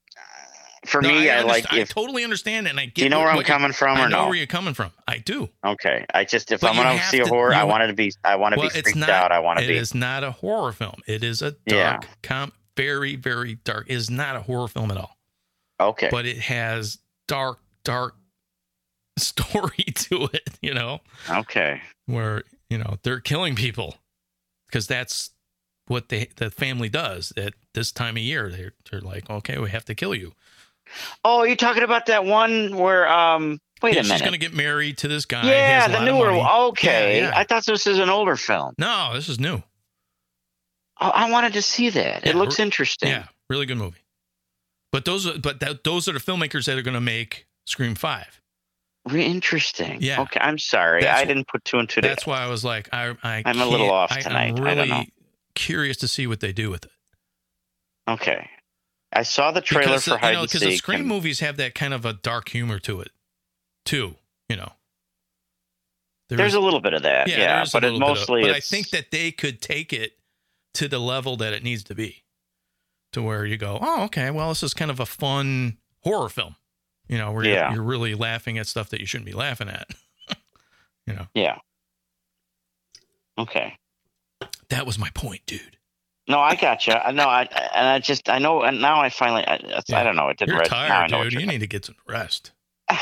C: for
D: No,
C: me, I,
D: underst-
C: like
D: I
C: if
D: totally understand it, and I get.
C: do you know
D: what-
C: where I'm
D: what you-
C: coming from
D: I
C: or
D: know
C: no?
D: where you're coming from. I do.
C: Okay. I just if
D: But
C: I'm
D: you
C: gonna
D: have
C: see a
D: to-
C: horror, I
D: you-
C: want it to be. I want to
D: well,
C: be
D: it's
C: freaked
D: not.
C: out. I want to
D: it
C: be.
D: is not a horror film. It is a dark,
C: Yeah.
D: com- very, very dark. It is not a horror film at all,
C: okay.
D: but it has dark, dark [LAUGHS] story to it. You know,
C: okay.
D: where you know they're killing people because that's what they the family does at this time of year. They're they're like, okay, we have to kill you.
C: Oh, you're talking about that one where um. Wait
D: Yeah,
C: a
D: she's
C: minute.
D: gonna get married to this guy.
C: yeah,
D: Uh, has a
C: the
D: lot of
C: newer.
D: money.
C: one. Oh. Okay.
D: Yeah, yeah.
C: I thought this was an older film.
D: No, this is new.
C: I, I wanted to see that.
D: Yeah,
C: it looks
D: r-
C: interesting.
D: Yeah, really good movie. But those are but that, those are the filmmakers that are going to make Scream Five.
C: Re- interesting.
D: Yeah.
C: Okay. I'm sorry.
D: That's
C: I
D: wh-
C: didn't put two and two together.
D: That's why I was like, I, I
C: I'm a little
D: can't-
C: off
D: I-
C: tonight. I
D: I'm
C: don't
D: really
C: know.
D: curious to see what they do with it.
C: Okay. I saw the trailer
D: because
C: for
D: the-
C: Hide
D: you know,
C: and
D: the
C: Seek.
D: Scream
C: and-
D: movies have that kind of a dark humor to it, too. You know, There
C: there's
D: is-
C: a little bit of that. Yeah,
D: there is a
C: but it
D: little bit of-
C: mostly.
D: but I
C: it's-
D: think that they could take it to the level that it needs to be, to where you go, oh, okay, well, this is kind of a fun horror film, you know, where
C: Yeah.
D: you're, you're really laughing at stuff that you shouldn't be laughing at. [LAUGHS] you know,
C: Yeah. Okay.
D: that was my point, dude.
C: No, I got you. I know. I I- and I just I know. And now I finally. I, I-
D: Yeah.
C: I don't know. It didn't.
D: You're
C: res- now I
D: tired,
C: know what
D: dude. You
C: you're-
D: need to get some rest.
C: yeah,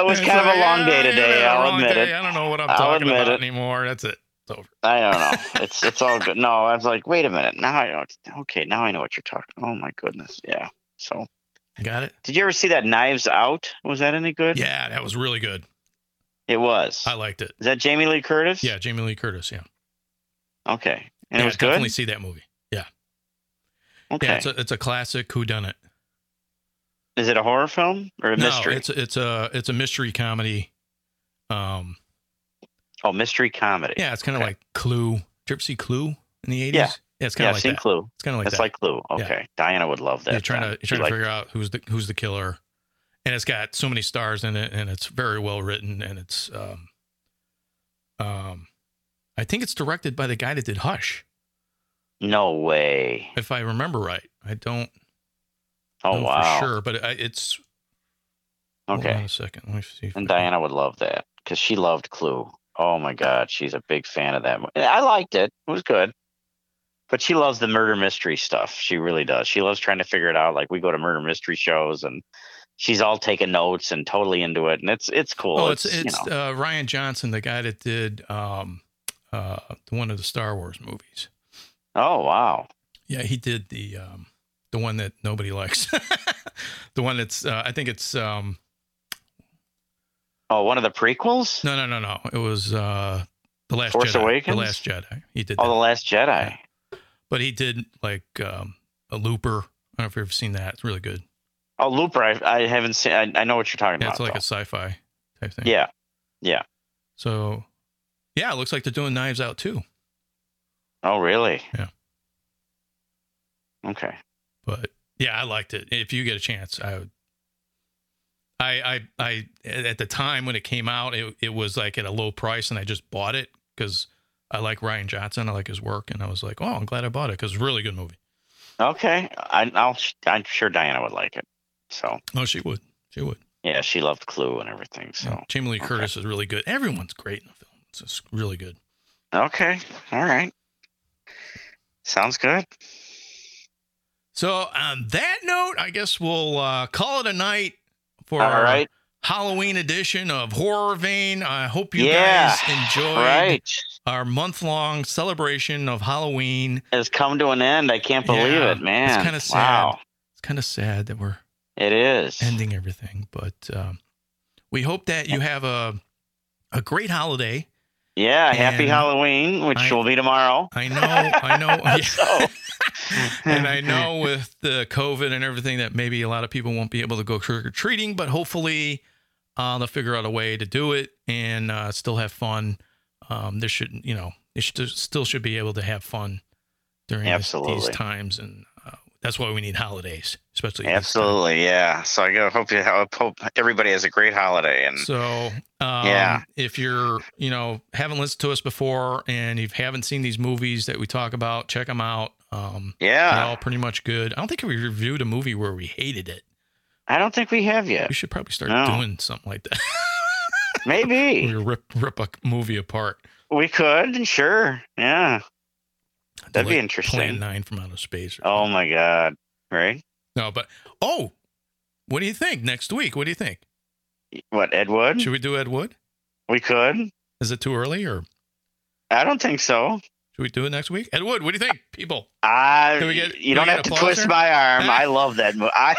C: it was
D: It's
C: kind of
D: like,
C: a long
D: yeah,
C: day
D: yeah,
C: today.
D: yeah,
C: I'll
D: long
C: admit
D: day.
C: it.
D: I don't know what I'm
C: I'll
D: talking
C: admit
D: about
C: it.
D: anymore. That's it. It's over.
C: I
D: [LAUGHS]
C: don't know. It's it's all good. No, I was like, wait a minute. Now I know. Okay, now I know what you're talking. Oh my goodness. Yeah. So,
D: Got it?
C: did you ever see that Knives Out? Was that any good?
D: Yeah, that was really good.
C: It was.
D: I liked it.
C: Is that Jamie Lee Curtis?
D: Yeah, Jamie Lee Curtis. Yeah,
C: Okay. And
D: yeah,
C: it was
D: Definitely
C: good.
D: see that movie.
C: Okay.
D: Yeah, it's a, it's a classic. Who done it?
C: Is it a horror film or a
D: no,
C: mystery?
D: it's it's a it's a mystery comedy. Um,
C: Oh, mystery comedy.
D: yeah, it's kind of
C: Okay.
D: like Clue. Gypsy Clue in the eighties.
C: Yeah.
D: it's kind of
C: Yeah, I've
D: like
C: seen
D: that.
C: Clue.
D: It's kind of like
C: That's
D: that.
C: like Clue.
D: Yeah.
C: Okay. Diana would love that.
D: You're trying
C: then.
D: to you're
C: She'd
D: trying to
C: like-
D: figure out who's the who's the killer, and it's got so many stars in it, and it's very well written, and it's um, um, I think it's directed by the guy that did Hush,
C: No way.
D: if I remember right. I don't
C: Oh
D: know
C: wow.
D: for sure, but I, it's Hold on
C: Okay.
D: a second, let me see. if
C: And
D: I can-
C: Diana would love that because she loved Clue. Oh my God, she's a big fan of that. mo- I liked it. It was good. But she loves the murder mystery stuff. She really does. She loves trying to figure it out. Like we go to murder mystery shows and she's all taking notes and totally into it. And it's it's cool.
D: Oh, it's
C: you
D: it's
C: know.
D: uh, Ryan Johnson, the guy that did um, uh, one of the Star Wars movies.
C: oh wow.
D: Yeah, he did the um, the one that nobody likes. [LAUGHS] the one that's uh, I think it's um,
C: Oh, one of the prequels?
D: no, no, no, no. It was uh, the Last
C: Force
D: Jedi.
C: Awakens?
D: The Last Jedi. He did,
C: Oh,
D: that.
C: the Last Jedi.
D: but he did like um, a Looper. I don't know if you've ever seen that. It's really good.
C: Oh, Looper. I, I haven't seen. I, I know what you're talking
D: Yeah, it's
C: about.
D: like a
C: though.
D: sci-fi type thing.
C: yeah.
D: So, yeah, it looks like they're doing Knives Out too.
C: Oh, really?
D: Yeah.
C: Okay.
D: but yeah, I liked it. If you get a chance, I would. I I I at the time when it came out, it it was like at a low price, and I just bought it because I like Ryan Johnson, I like his work, and I was like, oh, I'm glad I bought it because it's a really good movie.
C: Okay. I, I'll. I'm sure Diana would like it. So
D: Oh, she would, she would.
C: yeah, she loved Clue and everything. So
D: Jamie Lee
C: okay.
D: Curtis is really good. Everyone's great in the film. It's just really good.
C: okay. All right. Sounds good.
D: So on that note, I guess we'll uh, call it a night for
C: All
D: our
C: right.
D: Halloween edition of Horror Vein. I hope you
C: Yeah.
D: guys enjoyed
C: All right.
D: our month long celebration of Halloween.
C: It's come to an end. I can't believe
D: Yeah,
C: it, man.
D: it's kinda sad.
C: Wow.
D: It's kind of sad that we're
C: It is.
D: ending everything, but um, we hope that you have a a great holiday.
C: yeah. Happy
D: And
C: Halloween, which
D: I-
C: will be
D: [LAUGHS]
C: tomorrow.
D: I know, I know, [LAUGHS]
C: So-
D: and I know with the COVID and everything that maybe a lot of people won't be able to go trick or treating, but hopefully uh, they'll figure out a way to do it and uh, still have fun. Um, there should, you know, they should, still should be able to have fun during this-
C: Absolutely.
D: these times, and uh, That's why we need holidays, especially. Easter.
C: Absolutely, yeah. So I go hope you I hope everybody has a great holiday and
D: So, um,
C: Yeah.
D: if you're, you know, haven't listened to us before and you haven't seen these movies that we talk about, check them out. Um, they're
C: yeah.
D: all pretty much good. I don't think we reviewed a movie where we hated it.
C: I don't think we have
D: [LAUGHS]
C: yet.
D: We should probably start
C: No.
D: doing something like that. [LAUGHS] we
C: Maybe
D: rip rip a movie apart.
C: we could, sure. Yeah.
D: Do,
C: That'd be interesting.
D: Plan Nine from Outer Space. Or
C: Oh my god. Right?
D: No, but oh, what do you think next week? What do you think?
C: What, Ed Wood?
D: Should we do Ed Wood?
C: We could.
D: Is it too early, or
C: I don't think so.
D: should we do it next week? Ed Wood, what do you think, people?
C: I
D: Can we get-
C: you
D: can we
C: don't
D: get
C: have to
D: applause
C: twist
D: here?
C: my arm. I love that movie. I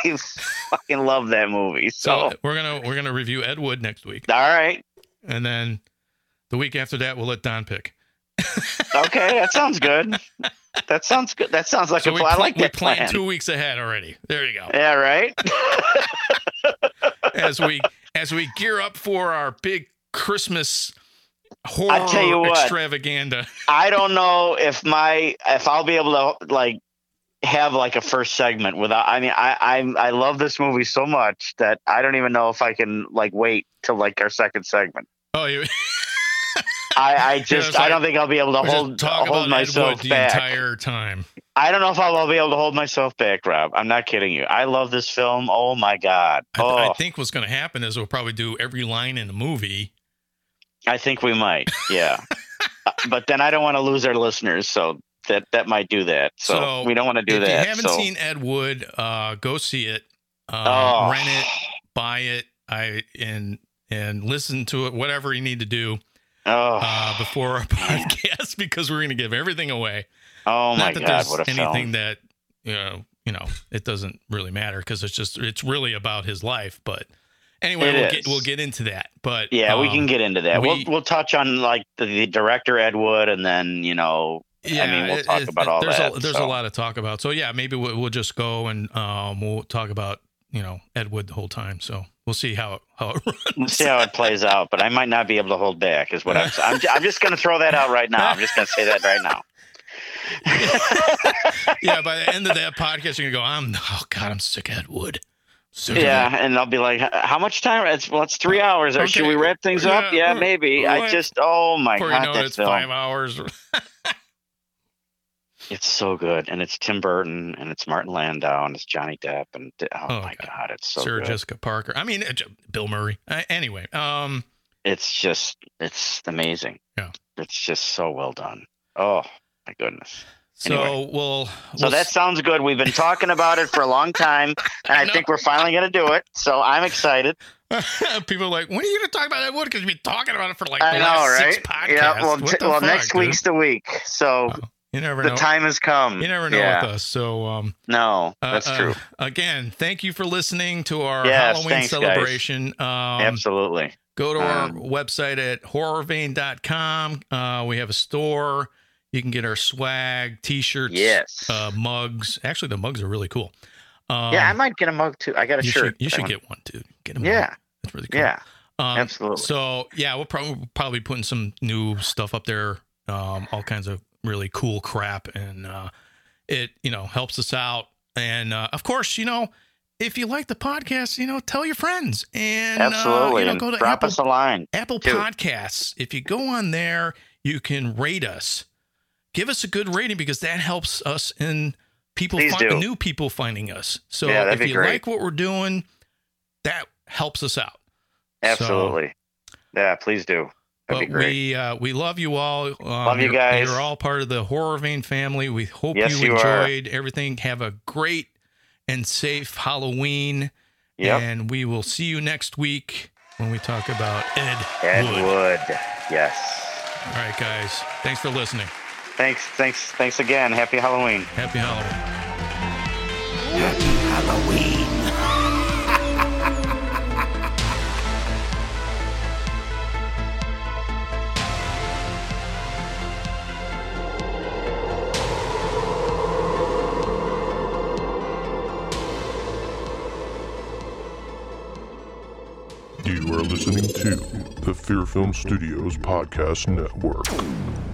C: [LAUGHS] fucking love that movie.
D: So uh,
C: So,
D: we're gonna we're gonna review Ed Wood next week,
C: all right.
D: and then the week after that we'll let Don pick.
C: Okay, that sounds good. That sounds good. That sounds like
D: So
C: a
D: we
C: plan. I
D: pla-
C: like
D: we
C: that
D: plan
C: plan.
D: two weeks ahead already. There you
C: [LAUGHS]
D: go.
C: Yeah, right.
D: As we as we gear up for our big Christmas horror
C: I'll tell you what.
D: extravaganza.
C: I don't know if my if I'll be able to like have like a first segment without. I mean, I I'm, I love this movie so much that I don't even know if I can like wait till like our second segment.
D: Oh, you
C: I
D: [LAUGHS]
C: I just
D: it's
C: I don't
D: like-
C: think I'll be able to
D: [LAUGHS] we're just
C: hold
D: talk
C: hold
D: about Ed Wood
C: myself
D: the
C: back.
D: entire time.
C: I don't know if I'll be able to hold myself back, Rob. I'm not kidding you. I love this film. Oh my god.
D: I,
C: Oh,
D: th- I think what's going to happen is we'll probably do every line in the movie.
C: I think we might. Yeah. Uh, but then I don't want to lose our listeners, so that that might do that. So,
D: So,
C: we don't want to do
D: if
C: that.
D: you haven't
C: so.
D: seen Ed Wood, uh, go see it, uh,
C: oh,
D: rent it, buy it, I and and listen to it, whatever you need to do
C: oh, [SIGHS]
D: uh, before our [LAUGHS] podcast, because we're going to give everything away.
C: oh my
D: Not that
C: god,
D: there's
C: what a
D: anything
C: film!
D: that you know, you know, it doesn't really matter because it's just it's really about his life. But anyway,
C: It
D: we'll
C: is.
D: get we'll get into that. But
C: yeah, we
D: um,
C: can get into that. We,
D: we-
C: will we'll touch on like the, the director Ed Wood, and then you know,
D: Yeah,
C: mean, we'll
D: it-
C: talk
D: it-
C: about all
D: there's A,
C: that,
D: there's a
C: so.
D: lot to talk about. So yeah, maybe we'll, we'll just go and um, we'll talk about you know Ed Wood the whole time. So we'll see how how it
C: we'll
D: runs. [LAUGHS]
C: see how it plays out. But I might not be able to hold back, is what I'm. I'm, ju- I'm just going to throw that out right now. I'm just going to say that right now.
D: yeah, by the end of that podcast, you're gonna go. I'm oh god, I'm sick of Ed Wood. Sick of
C: Yeah,
D: him.
C: and I'll be like, "H- "How much time? It's well, it's three hours. Or Should
D: Okay.
C: we wrap things up?
D: Yeah,
C: Yeah,
D: we're-
C: maybe.
D: we're-
C: I just, oh my
D: Before you
C: god,
D: know it,
C: that
D: it's
C: film.
D: five hours.
C: It's so good, and it's Tim Burton, and it's Martin Landau, and it's Johnny Depp, and oh,
D: Oh,
C: my
D: God.
C: god, it's so
D: Sarah
C: good.
D: Jessica Parker. I mean, uh, J- Bill Murray. Uh, anyway, um,
C: it's just, it's amazing.
D: Yeah.
C: it's just so well done. Oh my goodness.
D: so
C: Anyway.
D: we'll.
C: So
D: we'll
C: that sounds good. We've been talking about it for a long
D: [LAUGHS]
C: time, and
D: I
C: I,
D: know.
C: think we're finally going to do it. So I'm excited.
D: [LAUGHS] People are like, when are you going to talk about Ed Wood? Because you've been talking about it for like
C: I
D: the
C: know,
D: last
C: right?
D: six podcasts.
C: Yeah. Well,
D: What
C: t-
D: the
C: well,
D: fuck,
C: next
D: dude?
C: week's the week, so
D: You never
C: the
D: know.
C: time has come.
D: You never know
C: Yeah.
D: with us. So um,
C: No,
D: uh,
C: that's
D: uh,
C: true.
D: Again, thank you for listening to our
C: Yes,
D: Halloween
C: thanks, guys.
D: celebration. Um,
C: Absolutely.
D: Go to our
C: Um,
D: website at horrorvein.com. Uh, we have a store. You can get our swag, t-shirts,
C: Yes.
D: uh, mugs. Actually, the mugs are really cool. Um,
C: yeah, I might get a mug too. I got a
D: you
C: shirt.
D: Should, you
C: I
D: should
C: want-
D: get one, dude. Get a mug.
C: Yeah,
D: That's really cool.
C: yeah,
D: Um,
C: absolutely.
D: So yeah, we'll probably probably putting some new stuff up there, um, all kinds of really cool crap, and uh, it you know helps us out. And uh, of course, you know, if you like the podcast, you know, tell your friends and
C: absolutely.
D: uh, you know,
C: and
D: go to
C: drop
D: Apple,
C: us a line.
D: Apple
C: too.
D: Podcasts. If you go on there, you can rate us, give us a good rating because that helps us in people
C: Please
D: find,
C: do.
D: new people finding us. So
C: Yeah, that'd
D: if
C: be
D: you
C: great.
D: like what we're doing, that helps us out.
C: Absolutely. yeah, please do. That'd be
D: but
C: great.
D: we uh, we love you all. Um,
C: you
D: you're-
C: guys.
D: You're all part of the Horror Vein family. We hope
C: Yes,
D: you
C: you are.
D: enjoyed everything. Have a great and safe Halloween.
C: yep.
D: And we will see you next week when we talk about Ed,
C: Ed
D: Wood.
C: Wood. Yes.
D: All right, guys. Thanks for listening.
C: Thanks. Thanks. Thanks again. Happy Halloween.
D: Happy Halloween.
E: Happy Halloween.
A: You are listening to the Fear Film Studios Podcast Network.